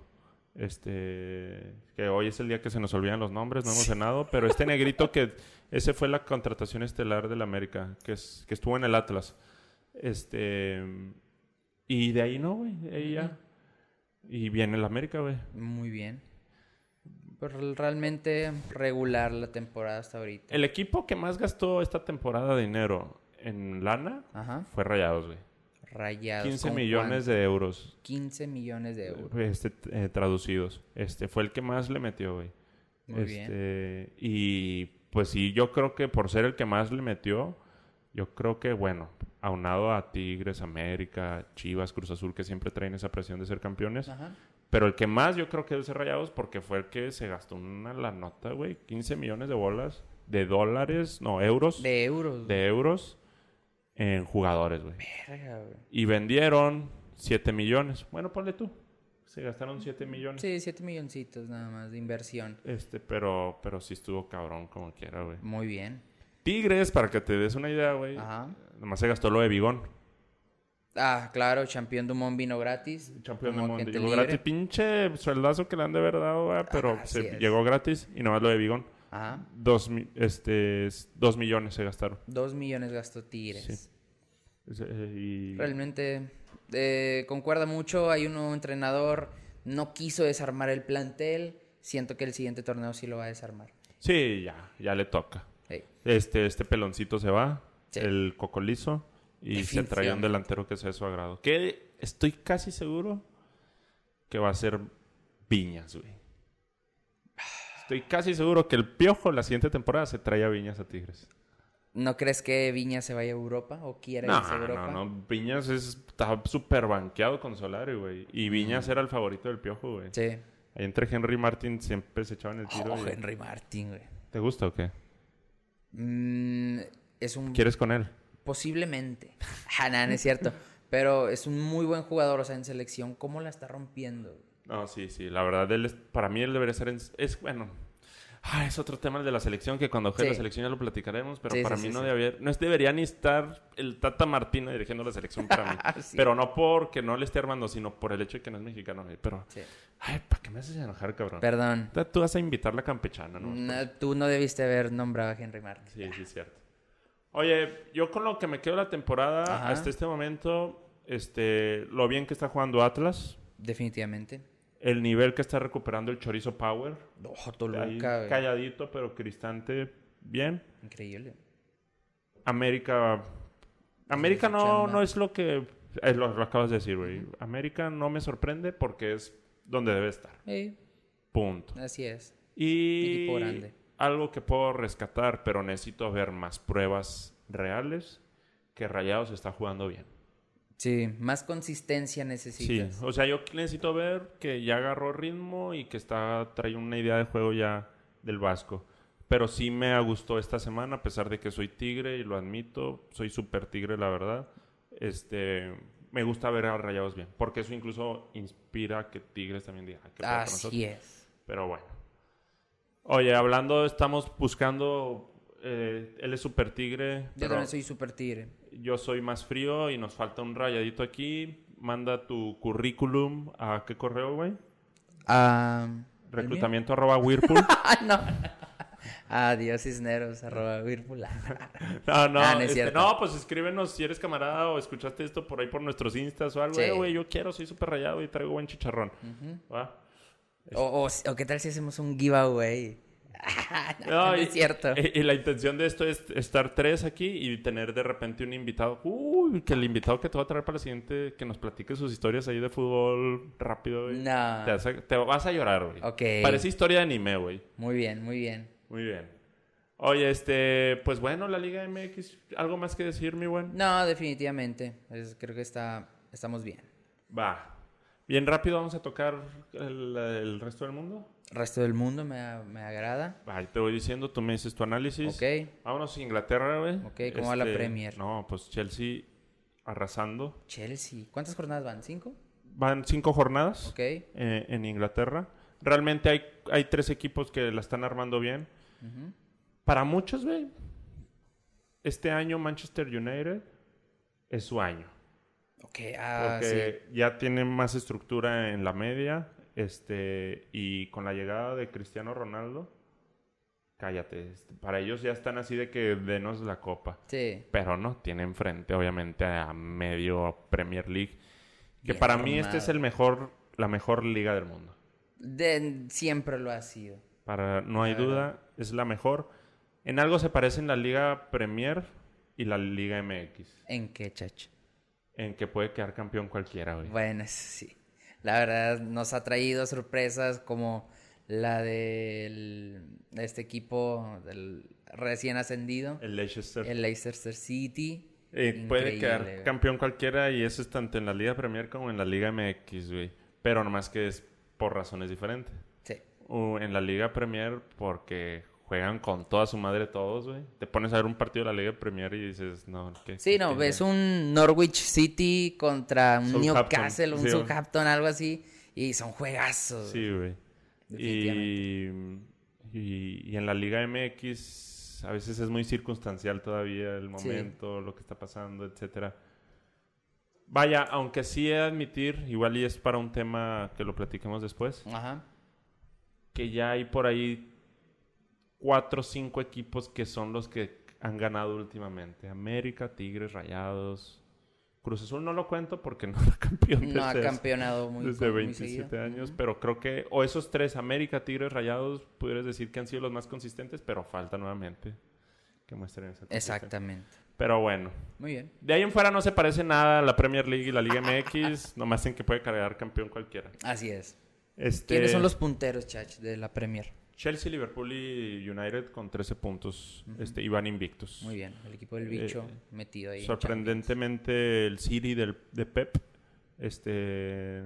Este. Que hoy es el día que se nos olvidan los nombres, no hemos cenado. Pero este negrito que. Ese fue la contratación estelar del América. Que, es, que estuvo en el Atlas. Este. Y de ahí no, güey. de ahí ya. Y viene el América, güey. Muy bien. Pero realmente regular la temporada hasta ahorita. El equipo que más gastó esta temporada de dinero en lana Ajá. fue Rayados, güey. Rayados. 15 ¿con millones cuánto? de euros 15 millones de euros. este, eh, traducidos. Este fue el que más le metió, güey. Muy Este, Y pues sí, yo creo que por ser el que más le metió, yo creo que, bueno, aunado a Tigres, América, Chivas, Cruz Azul, que siempre traen esa presión de ser campeones. Ajá. Pero el que más yo creo que debe ser Rayados porque fue el que se gastó una la nota, güey. 15 millones de bolas, de dólares, no, euros, de, De euros. euros en jugadores, güey. Verga, güey. Y vendieron 7 millones. Bueno, ponle tú. Se gastaron 7 millones. Sí, 7 milloncitos nada más de inversión. Este, pero, pero sí estuvo cabrón como quiera, güey. Muy bien. Tigres, para que te des una idea, güey. Ajá. Nomás se gastó lo de Bigón. Ah, claro, Champion Dumont vino gratis. Campeón como del mundo. agente Llegó libre. gratis. Pinche sueldazo que le han de haber dado, güey. Pero Ah, así se es. llegó gratis y nomás lo de Bigón. Ajá. Dos, mi- este, s- dos millones se gastaron. 2 millones gastó Tigres. Sí. Es- eh, y- Realmente eh, concuerda mucho. Hay un nuevo entrenador. No quiso desarmar el plantel. Siento que el siguiente torneo sí lo va a desarmar. Sí, ya. Ya le toca. Ey, Este, este peloncito se va, Sí. el cocolizo, y se trae un Definitivamente. delantero que sea de su agrado. Que estoy casi seguro que va a ser Viñas, güey. Estoy casi seguro que el piojo la siguiente temporada se trae a Viñas a Tigres. ¿No crees que Viña se vaya a Europa o quiera No, irse a Europa? no, no. Viñas es- está súper banqueado con Solari, güey. Y Viñas era el favorito del piojo, güey. Sí, Ahí entre Henry y Martin siempre se echaban el tiro. Oh, y- Henry Martin, güey. ¿Te gusta o qué? Mm, es un... ¿Quieres con él? Posiblemente. Ah, nah, no es cierto. Pero es un muy buen jugador. O sea, en selección, ¿cómo la está rompiendo? güey? No, sí, sí. La verdad, él es- para mí él debería ser... en- es bueno. Ah, es otro tema el de la selección que cuando Sí. juegue la selección ya lo platicaremos, pero Sí, para sí, mí sí, no, sí. debe haber- no es- debería ni estar el Tata Martino dirigiendo la selección para mí. Ah, Sí. Pero no porque no le esté armando, sino por el hecho de que no es mexicano. güey. Pero, Sí. ay, ¿para qué me haces enojar, cabrón? Perdón. Ta- Tú vas a invitar la campechana, ¿no? No, tú no debiste haber nombrado a Henry Martin. Sí, sí, cierto. Oye, yo con lo que me quedo la temporada Ajá. hasta este momento, este, lo bien que está jugando Atlas, Definitivamente. el nivel que está recuperando el Chorizo Power, Ojo, ahí Toluca. güey. calladito pero cristante, bien. Increíble. América, América su no, Pues chamba. no es lo que eh, lo, lo acabas de decir, güey. América no me sorprende porque es donde debe estar. Sí, Punto. así es. Y Equipo grande. algo que puedo rescatar, pero necesito ver más pruebas reales, que Rayados está jugando bien. Sí, más consistencia Sí, necesitas. o sea, yo necesito ver que ya agarró ritmo y que está trae una idea de juego ya del Vasco. Pero sí me gustó esta semana, a pesar de que soy tigre y lo admito, soy súper tigre, la verdad. Este, me gusta ver a Rayados bien, porque eso incluso inspira a que Tigres también diga, "Ah, qué pedo con nosotros". así es. Pero bueno. Oye, hablando, estamos buscando. eh, él es super tigre. Yo pero también soy súper tigre. yo soy más frío y nos falta un rayadito aquí. Manda tu currículum a qué correo, güey. Ah, ¿el mío? Reclutamiento arroba Whirlpool. Ay, no. Adiós, Cisneros, arroba Virpula. No, no, Ah, no es este, cierto. no, pues escríbenos si eres camarada o escuchaste esto por ahí por nuestros instas o algo. Sí. Eh, güey, yo quiero, soy súper rayado y traigo buen chicharrón. ¿Va? O, o- o qué tal si hacemos un giveaway. no, Ah, no y- es cierto. eh, Y, y la intención de esto es estar tres aquí y tener de repente un invitado. Uy, que el invitado que te va a traer para la siguiente, que nos platique sus historias ahí de fútbol rápido, güey. No. Te, vas a- te vas a llorar, güey. Ok. Parece historia de anime, güey. Muy bien, muy bien. Muy bien. Oye, este, pues bueno, la Liga MX, ¿algo más que decir, mi buen? No, definitivamente. Es- creo que está, estamos bien. Va. Bien rápido vamos a tocar el, el resto del mundo. resto del mundo me, a- me agrada. Ahí te voy diciendo, tú me dices tu análisis. Ok. Vámonos a Inglaterra, güey. Este, Ok, ¿cómo va la Premier? No, pues Chelsea arrasando. Chelsea. ¿Cuántas jornadas van? ¿Cinco? Van cinco jornadas Ok. eh, en Inglaterra. Realmente hay, hay tres equipos que la están armando bien. Para muchos, güey, este año Manchester United es su año. Ok, ah, sí. Porque ya tienen más estructura en la media. Este, y con la llegada de Cristiano Ronaldo, cállate. este, Para ellos ya están así de que denos la copa. Sí. Pero no, tienen frente obviamente a medio Premier League. Que Bien para mí este armado. es el mejor, la mejor liga del mundo. De- siempre lo ha sido. Para, no hay La verdad. duda, es la mejor. En algo se parecen la Liga Premier y la Liga MX. ¿En qué, chacho? En que puede quedar campeón cualquiera, güey. Bueno, eso sí. La verdad, nos ha traído sorpresas como la del, de este equipo del recién ascendido, El Leicester. el Leicester City. Eh, puede Increíble, quedar güey. campeón cualquiera y eso es tanto en la Liga Premier como en la Liga MX, güey. Pero nomás que es por razones diferentes. Sí. O en la Liga Premier porque juegan con toda su madre todos, güey. Te pones a ver un partido de la Liga Premier y dices, no, ¿qué? Sí, no, qué- ves un Norwich City contra un Southampton, Newcastle, un sí, o- Southampton, algo así, y son juegazos. Sí, güey. Y, Definitivamente. y- y en la Liga MX a veces es muy circunstancial todavía el Sí. momento, lo que está pasando, etcétera. Vaya, aunque sí he de admitir, igual y es para un tema que lo platiquemos después, Ajá. que ya hay por ahí cuatro o cinco equipos que son los que han ganado últimamente. América, Tigres, Rayados. Cruz Azul no lo cuento porque no era campeón No ha desde hace- campeonado muy, desde muy 27 seguido. años, pero creo que, o esos tres, América, Tigres, Rayados, pudieras decir que han sido los más consistentes, pero falta nuevamente que muestren esa consistencia. Exactamente. Pero bueno, Muy bien. de ahí en fuera no se parece nada a la Premier League y la Liga MX, nomás en que puede cargar campeón cualquiera. Así es. Este, ¿Quiénes son los punteros, chach, de la Premier? Chelsea, Liverpool y United con 13 puntos este, y van invictos. Muy bien. El equipo del bicho Eh, metido ahí. en Sorprendentemente el City del, de Pep este,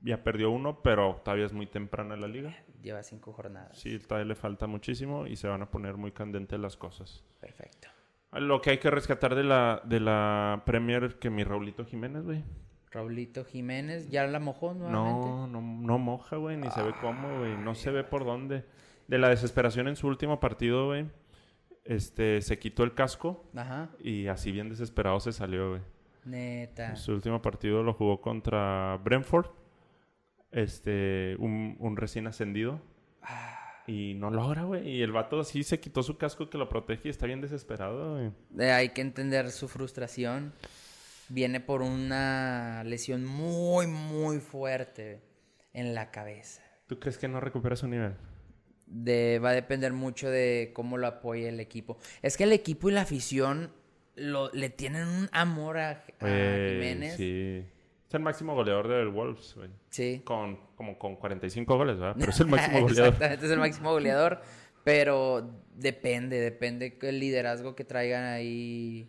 ya perdió uno, pero todavía es muy temprana la liga. Lleva cinco jornadas. Sí, todavía le falta muchísimo y se van a poner muy candentes las cosas. Perfecto. Lo que hay que rescatar de la, de la Premier que mi Raulito Jiménez, güey. Raulito Jiménez, ya la mojó nuevamente. No, no, no moja, güey, ni se ve cómo, güey. No se ve por dónde. De la desesperación en su último partido, güey. Este, se quitó el casco Ajá. y así bien desesperado se salió, güey. Neta. Pues, Su último partido lo jugó contra Brentford, este, un, un recién ascendido. Ah. Y no logra, güey. Y el vato así se quitó su casco que lo protege y está bien desesperado, güey. Eh, hay que entender su frustración. Viene por una lesión muy, muy fuerte en la cabeza. ¿Tú crees que no recupera su nivel? De- va a depender mucho de cómo lo apoye el equipo. Es que el equipo y la afición lo, le tienen un amor a, a Güey, Ah, Jiménez. Sí. Eh, Sí. Es el máximo goleador del Wolves, güey. Con, como con 45 goles, ¿verdad? Pero es el máximo goleador. Exactamente, es el máximo goleador. Pero depende, depende el liderazgo que traigan ahí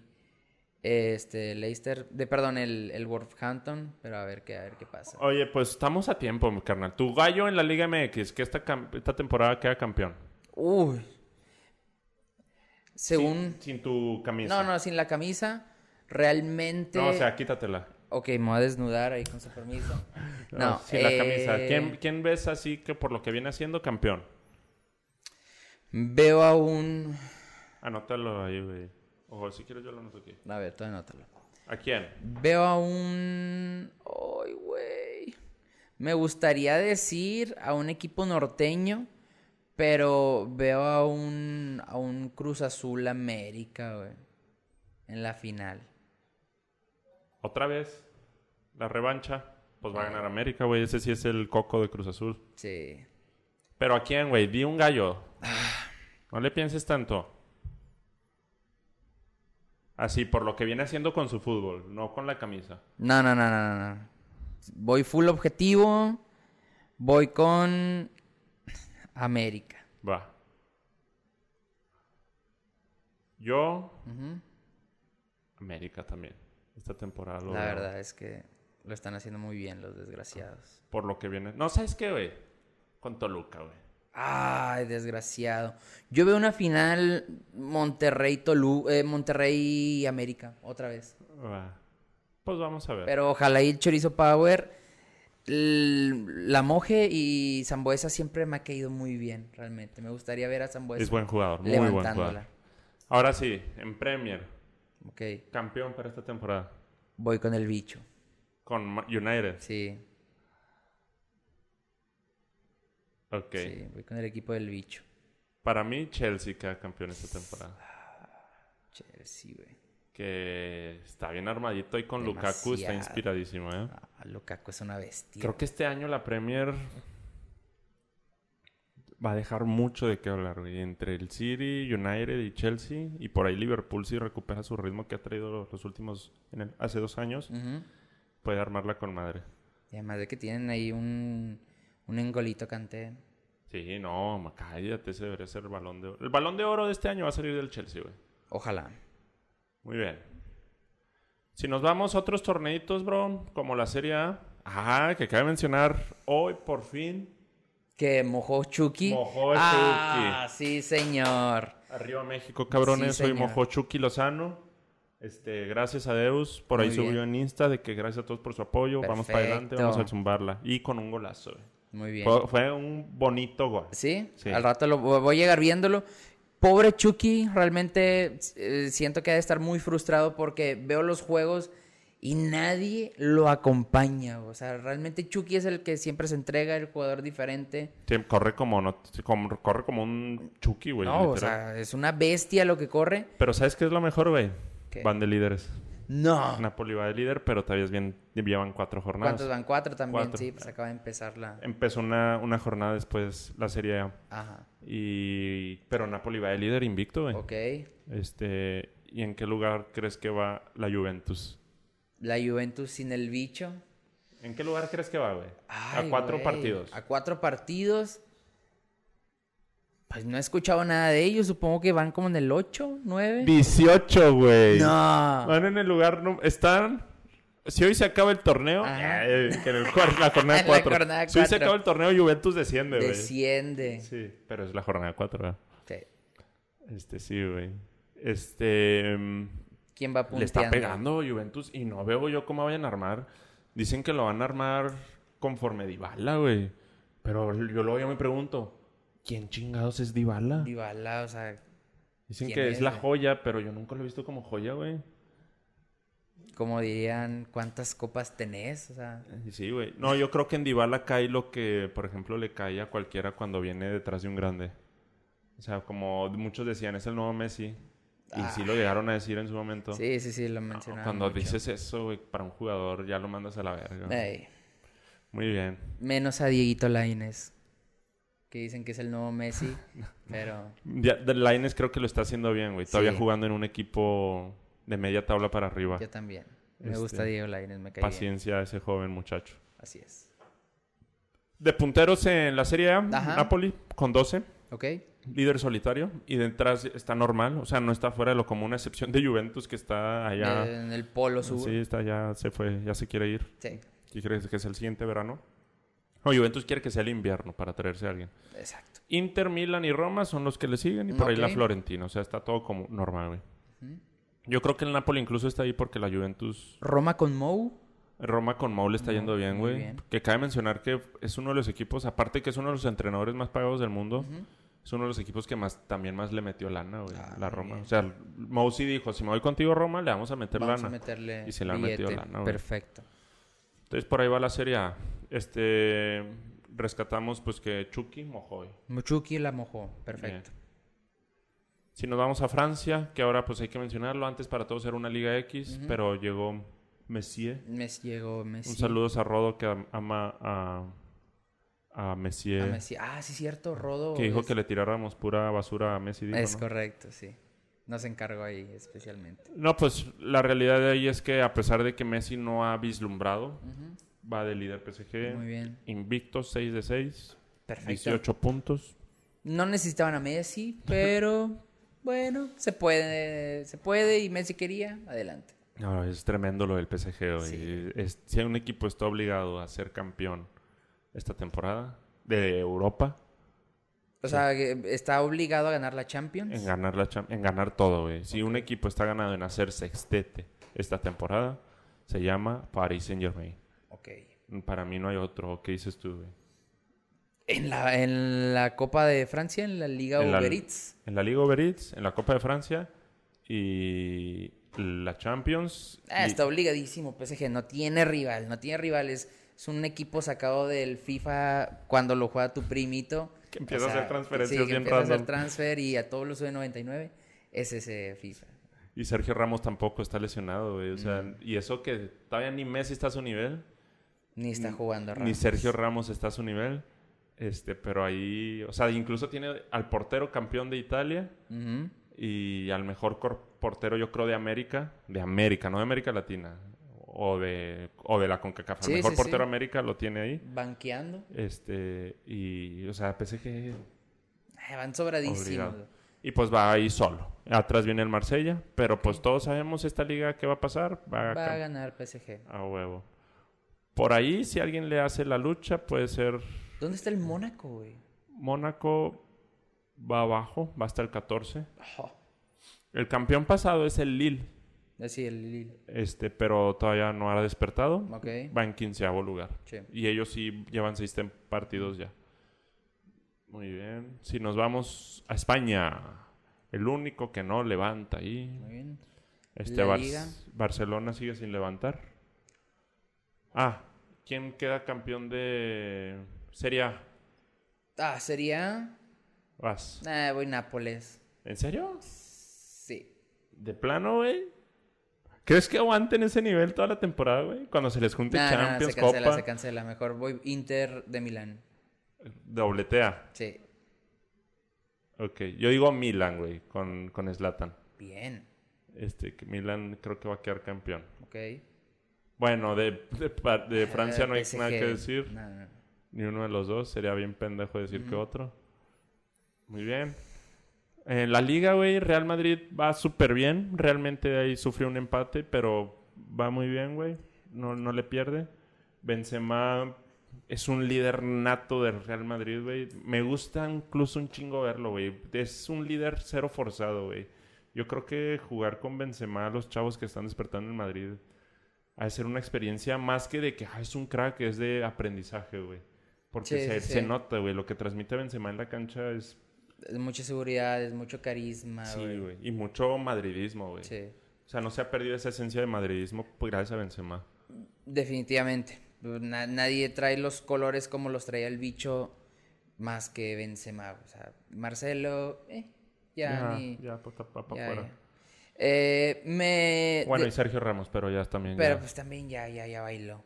este Leicester, de, perdón, el, el Wolverhampton, pero a ver qué, a ver qué pasa. Oye, pues estamos a tiempo, mi carnal. Tu gallo en la Liga MX, que esta, cam- esta temporada queda campeón. Uy. Según. Sin, sin tu camisa. No, no, este- sin la camisa. Realmente. No, o sea, quítatela. Ok, me voy a desnudar ahí con su permiso. No, No, sin Ah, la eh, camisa. ¿Quién, quién ves así que por lo que viene haciendo campeón? Veo a un. Anótalo ahí, güey. Ojo, si quieres yo lo anoto aquí. A ver, tú anótalo. ¿A quién? Veo a un. Ay, güey. Me gustaría decir a un equipo norteño, pero veo a un. a un Cruz Azul América, güey. En la final. ¿Otra vez? ¿La revancha? Pues va a ganar América, güey. Ese sí es el coco de Cruz Azul. Sí. ¿Pero a quién, güey? Di un gallo. No le pienses tanto. Así, por lo que viene haciendo con su fútbol, no con la camisa. No, no, no, no, no, no. Voy full objetivo. Voy con América. Va. Yo. América también. Esta temporada lo La veo. verdad es que lo están haciendo muy bien los desgraciados. Por lo que viene. No, ¿sabes qué, güey? Con Toluca, güey. Ay, desgraciado. Yo veo una final Monterrey Tolu eh, Monterrey y América otra vez. Va. Pues vamos a ver. Pero ojalá y el Chorizo Power l- la moje y Zambuesa siempre me ha caído muy bien, realmente. Me gustaría ver a es Zambuesa buen jugador, muy buen jugador. pues, levantándola. Ahora sí, en Premier, Ok, campeón para esta temporada. voy con el bicho. Con Ma- United. Sí, Ok. sí, voy con el equipo del bicho. Para mí, Chelsea queda campeón esta temporada. Chelsea, güey. Que está bien armadito y con Lukaku está Demasiado. inspiradísimo, ¿eh? Ah, Lukaku es una bestia. Creo que este año la Premier va a dejar mucho de qué hablar, güey. Entre el City, United y Chelsea. Y por ahí Liverpool si recupera su ritmo que ha traído los, los últimos... en el- hace dos años. Ujú. Puede armarla con madre. Y además de que tienen ahí un, un engolito canté. Sí, no, ma- cállate. Ese debería ser el balón de oro. El balón de oro de este año va a salir del Chelsea, güey. Ojalá. Muy bien. Si nos vamos a otros torneitos, bro, como la Serie A. Ajá, que cabe mencionar hoy por fin. Que mojó Chucky. Mojó el ah, sí, señor. Arriba México, cabrones. Sí, Soy señor. Mojochuki Lozano. Este, gracias a Deus. Por ahí Muy subió bien. en Insta de que gracias a todos por su apoyo. Vamos para adelante, Perfecto. vamos a zumbarla. Y con un golazo. güey. Muy bien. Fue, fue un bonito gol. ¿Sí? Sí. al rato lo vo- voy a llegar viéndolo. Pobre Chucky, realmente eh, siento que ha de estar muy frustrado porque veo los juegos y nadie lo acompaña. O sea, realmente Chucky es el que siempre se entrega, el jugador diferente. Sí, Corre como, no- como- corre como un Chucky, güey. no, o Pues literal. sea, es una bestia lo que corre. Pero ¿sabes qué es lo mejor, güey? ¿Qué? Van de líderes. No. Napoli va de líder, pero todavía es bien. Llevan cuatro jornadas. ¿Cuántos van? Cuatro también, Cuatro. sí, pues acaba de empezar la. Empezó una, una jornada después la Serie A. Ajá. Y... Pero Napoli va de líder invicto, güey. Ok. Este, ¿Y en qué lugar crees que va la Juventus? La Juventus sin el bicho. ¿En qué lugar crees que va, güey? Ay, a cuatro güey. partidos. A cuatro partidos. Pues no he escuchado nada de ellos. Supongo que van como en el 8, 9. 18, güey. No. Van en el lugar... nu- Están Si hoy se acaba el torneo, Ajá. eh, que en el cuar- la jornada Ah. La 4. jornada Si hoy se cuatro. acaba el torneo, Juventus desciende, güey. Desciende. Sí, pero es la jornada 4, Sí. Este sí, güey. Este. mm, ¿Quién va Le está punteando? pegando Juventus y no veo yo cómo vayan a armar. Dicen que lo van a armar conforme Dybala, güey. Pero yo luego yo me pregunto, ¿quién chingados es Dybala? Dybala, o sea, Dicen ¿quién que es, es la güey? joya, pero yo nunca lo he visto como joya, güey. como dirían, ¿cuántas copas tenés? O sea, Y Eh, Sí, güey. No, yo creo que en Dybala cae lo que, por ejemplo, le cae a cualquiera cuando viene detrás de un grande. O sea, como muchos decían, es el nuevo Messi. Y sí lo llegaron a decir en su momento. sí, sí, sí, lo No, mencionaba. cuando mucho. dices eso, güey, para un jugador ya lo mandas a la verga. Ey, Muy bien. menos a Dieguito Lainez, que dicen que es el nuevo Messi, pero Ya, The Lines creo que lo está haciendo bien, güey. Todavía Sí. jugando en un equipo de media tabla para arriba. yo también. Me Este, gusta Diego Lainez, me cae bien. Paciencia a ese joven muchacho. Así es. De punteros en la Serie A, Ajá. Napoli con 12. ¿Ok? líder solitario y detrás está normal, o sea, no está fuera de lo común, a excepción de Juventus que está allá. Eh, En el polo sur. Sí, Sí. está ya se fue, ya se quiere ir. ¿Qué crees que es el siguiente verano? No, Juventus quiere que sea el invierno para traerse a alguien. exacto. Inter, Milan y Roma son los que le siguen y por ahí la Ok. Florentina, o sea, está todo como normal, güey. Yo creo que el Napoli incluso está ahí porque la Juventus, Roma con Mou. Roma con Maul está yendo bien, muy güey. bien. Que cabe mencionar que es uno de los equipos, aparte que es uno de los entrenadores más pagados del mundo, es uno de los equipos que más también más le metió lana, güey, Ah, la muy Roma. bien. O sea, Mousi dijo, si me voy contigo Roma, le vamos a meter Vamos lana. a meterle Y se le han metido billete. lana, güey. Perfecto. Entonces por ahí va la Serie A. Este rescatamos pues que Chucky mojó. güey. Muchuki la mojó. Perfecto. Bien. Si nos vamos a Francia, que ahora pues hay que mencionarlo, antes para todos era una Liga X, pero llegó Messier. Messi llegó, Messi. Un saludo a Rodo que am- ama a a Messier, a Messi. Ah, sí, cierto, Rodo. que dijo es- que le tiráramos pura basura a Messi, dijo, Es ¿no? correcto, sí. Nos encargó ahí especialmente. No, pues la realidad de ahí es que a pesar de que Messi no ha vislumbrado, va de líder PSG. Muy bien. Invicto 6 de 6, Perfecto. 18 puntos. No necesitaban a Messi, pero bueno, se puede, se puede y Messi quería, adelante. No, es tremendo lo del PSG. güey. Sí. Es- si un equipo está obligado a ser campeón esta temporada de Europa, O sea, que está obligado a ganar la Champions. en ganar, la cham- en ganar todo, güey. Si un equipo está ganado en hacer sextete esta temporada, se llama Paris Saint Germain. Ok. Para mí no hay otro. ¿Qué dices tú, güey? En la, en la Copa de Francia, en la Liga en la, Uber Eats. en la Liga Uber Eats, en la Copa de Francia y la Champions. Ah, y- está obligadísimo, PSG. No tiene rival, no tiene rivales. Es un equipo sacado del FIFA cuando lo juega tu primito. Que empieza a hacer transferencias sí, que bien empieza a hacer random. transfer y a todos los sube 99. Es ese FIFA. Y, Sergio Ramos tampoco está lesionado, güey. O sea, y eso que todavía ni Messi está a su nivel, Ni está jugando ni Ramos. Sergio Ramos está a su nivel. Este, pero ahí, o sea, incluso tiene al portero campeón de Italia Ujú. y al mejor cor- portero, yo creo, de América, de América, no de América Latina, o de, o de la CONCACAF. Sí, el mejor sí, sí. portero de América lo tiene ahí. Banqueando. Este, y, o sea, PSG Ay, Ah, van sobradísimos. obligado. Y pues va ahí solo. Atrás viene el Marsella, pero pues todos sabemos esta liga que va a pasar, va, a Va a cam- ganar PSG. a huevo. Por ahí, si alguien le hace la lucha, puede ser ¿Dónde está el Mónaco, güey? Mónaco, va abajo, va hasta el 14. Oh, El campeón pasado es el Lille, así el Lille. este, pero todavía no ha despertado. Ok. Va en quinceavo lugar. Sí. Y ellos sí llevan seis tem- partidos ya. Muy bien. Si nos vamos a España, el único que no levanta ahí. Muy bien. Este La Bar- Liga. Barcelona sigue sin levantar. Ah, ¿quién queda campeón de Serie A? Ah, sería. Vas. Nah, voy Nápoles. ¿En serio? Sí. ¿De plano, güey? ¿Crees que aguanten ese nivel toda la temporada, güey? Cuando se les junte Nah, nah, Champions, se cancela, Copa, se cancela. Mejor voy Inter de Milán. dobletea. Sí. Ok, yo digo Milan, güey, con, con Zlatan. Bien. Este, que Milan creo que va a quedar campeón. Ok. Eh, Bueno, de, de pa- Ah, de Francia no hay PSG. nada que decir. No, no, no. Ni uno de los dos. Sería bien pendejo decir que otro. Muy bien. En la liga, güey, Real Madrid va súper bien. Realmente ahí sufrió un empate, pero va muy bien, güey. no, no le pierde. Benzema es un líder nato del Real Madrid, güey. Me gusta incluso un chingo verlo, güey. Es un líder cero forzado, güey. Yo creo que jugar con Benzema, los chavos que están despertando en Madrid, ha de ser una experiencia más que de que ah, es un crack, es de aprendizaje, güey. Porque Sí, se, sí, se sí. nota, güey. Lo que transmite Benzema en la cancha es... Es mucha seguridad, es mucho carisma, Sí, güey. güey. Y mucho madridismo, güey. Ah, Sí, O sea, no se ha perdido esa esencia de madridismo pues, gracias a Benzema. definitivamente. Na- nadie trae los colores como los traía el bicho más que Benzema. O sea, Marcelo, eh, ya, ni... ya, pues, pa- pa- pa- pa' ya, fuera. ya. Eh, me... Bueno, de- y Sergio Ramos, pero ya también. Pero ya. pues también ya, ya, ya bailó.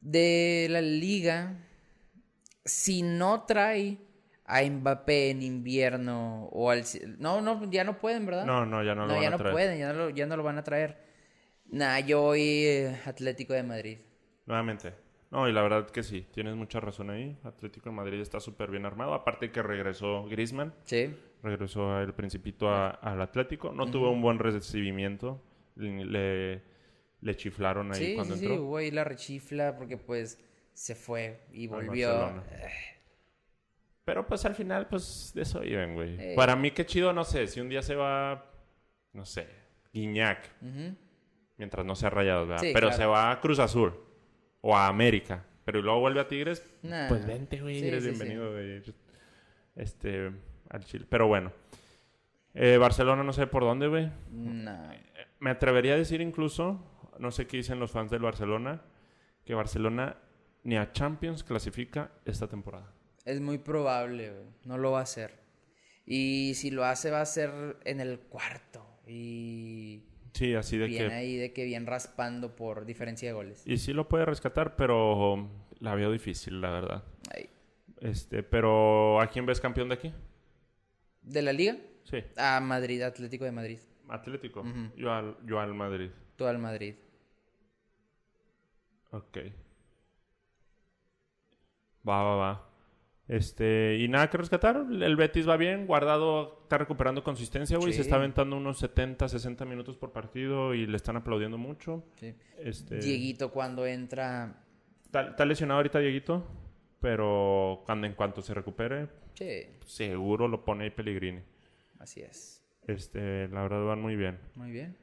De la liga, si no trae a Mbappé en invierno o al... No, no, ya no pueden, ¿verdad? No, no, ya no, No, lo van ya a no traer. pueden, ya no, lo, ya no lo van a traer. Nah, yo voy eh, Atlético de Madrid. Nuevamente. No, y la verdad que sí, tienes mucha razón ahí. Atlético de Madrid está súper bien armado. Aparte que regresó Griezmann, Sí, regresó el Principito a- al Atlético. No tuvo un buen recibimiento. Le, le- le chiflaron ahí sí, cuando sí, sí, entró. hubo ahí la rechifla porque pues se fue y Al volvió. eh. Barcelona. Pero pues al final, pues de eso viven, güey. Eh. Para mí, qué chido, no sé. Si un día se va, no sé, Guiñac, Ujú. mientras no sea rayado, ¿verdad? Sí, pero claro. se va a Cruz Azul o a América, pero luego vuelve a Tigres, Nah. pues vente, güey, Ah. Sí, eres sí, sí. bienvenido, güey. Este, al Chile. Pero bueno, Eh, Barcelona no sé por dónde, güey. Nah. Eh, Me atrevería a decir incluso, no sé qué dicen los fans del Barcelona, que Barcelona ni a Champions clasifica esta temporada. Es muy probable, güey. No lo va a hacer. Y si lo hace, va a ser en el cuarto. Y Sí, así de bien que ahí, de que bien raspando por diferencia de goles. Y sí lo puede rescatar, pero la veo difícil, la verdad. Ay. Este, pero ¿a quién ves campeón de aquí? ¿De la liga? Sí, A Madrid, Atlético de Madrid. Atlético. yo, al, yo al Madrid. Tú al Madrid. Ok. Va, va, va. Este, y nada que rescatar. El Betis va bien, guardado, está recuperando consistencia, güey. Sí. Se está aventando unos 70, 60 minutos por partido y le están aplaudiendo mucho. Sí. Este, Dieguito cuando entra... está, está lesionado ahorita Dieguito, pero cuando en cuanto se recupere, Sí, seguro lo pone ahí Pellegrini. así es. Este, la verdad van muy bien. Muy bien.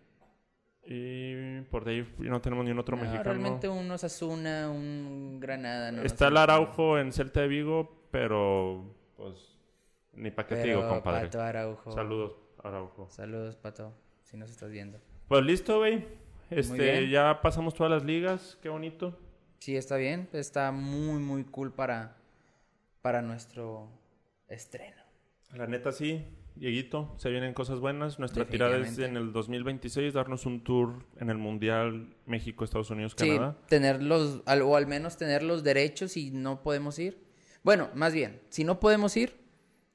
Y por ahí no tenemos ni un otro No, mexicano. realmente un Osasuna, un Granada. No, Está sé. el Araujo en Celta de Vigo, pero pues ni para qué te digo, Pero compadre. Pato Araujo. Saludos, Araujo. Saludos, Pato. Si nos estás viendo. Pues listo, güey. Este, bien. ya pasamos todas las ligas, qué bonito. Sí, está bien. Está muy, muy cool para, para nuestro estreno. La neta sí, Dieguito, se vienen cosas buenas. Nuestra tirada es en Definitivamente. el 2026 darnos un tour en el Mundial México, Estados Unidos, Canadá. Sí, tener los, al- o al menos tener los derechos y no podemos ir. Bueno, más bien, si no podemos ir,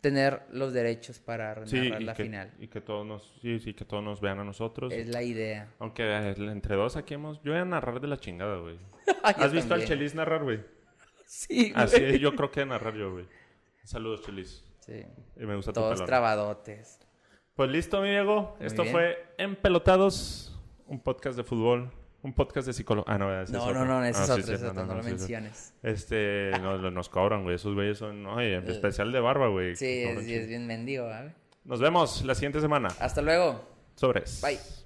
tener los derechos para narrar Sí, y la que, final. y que todos nos, sí, sí, que todos nos vean a nosotros. Es la idea. Aunque eh, entre dos aquí hemos. Yo voy a narrar de la chingada, güey. Yo ¿Has visto al también. Chelis narrar, güey? Sí, güey. Así es, yo creo que narrar yo, güey. Saludos, Chelis. Sí, Eh, me gusta tu Todos pelón. trabadotes. Pues listo, mi Diego. Muy Esto bien. fue Empelotados, un podcast de fútbol, un podcast de psicología. Ah, no, ese es No, otro. no, no, ese Ah, es sí, otro, sí, ese es otro, no lo sí, sí. menciones. Este, no, lo- nos cobran, güey. Esos güeyes son, oye, especial de barba, güey. Eh. Sí, Cobran es, chido. es bien mendigo, ¿vale? Nos vemos la siguiente semana. Hasta luego. Sobres. Bye.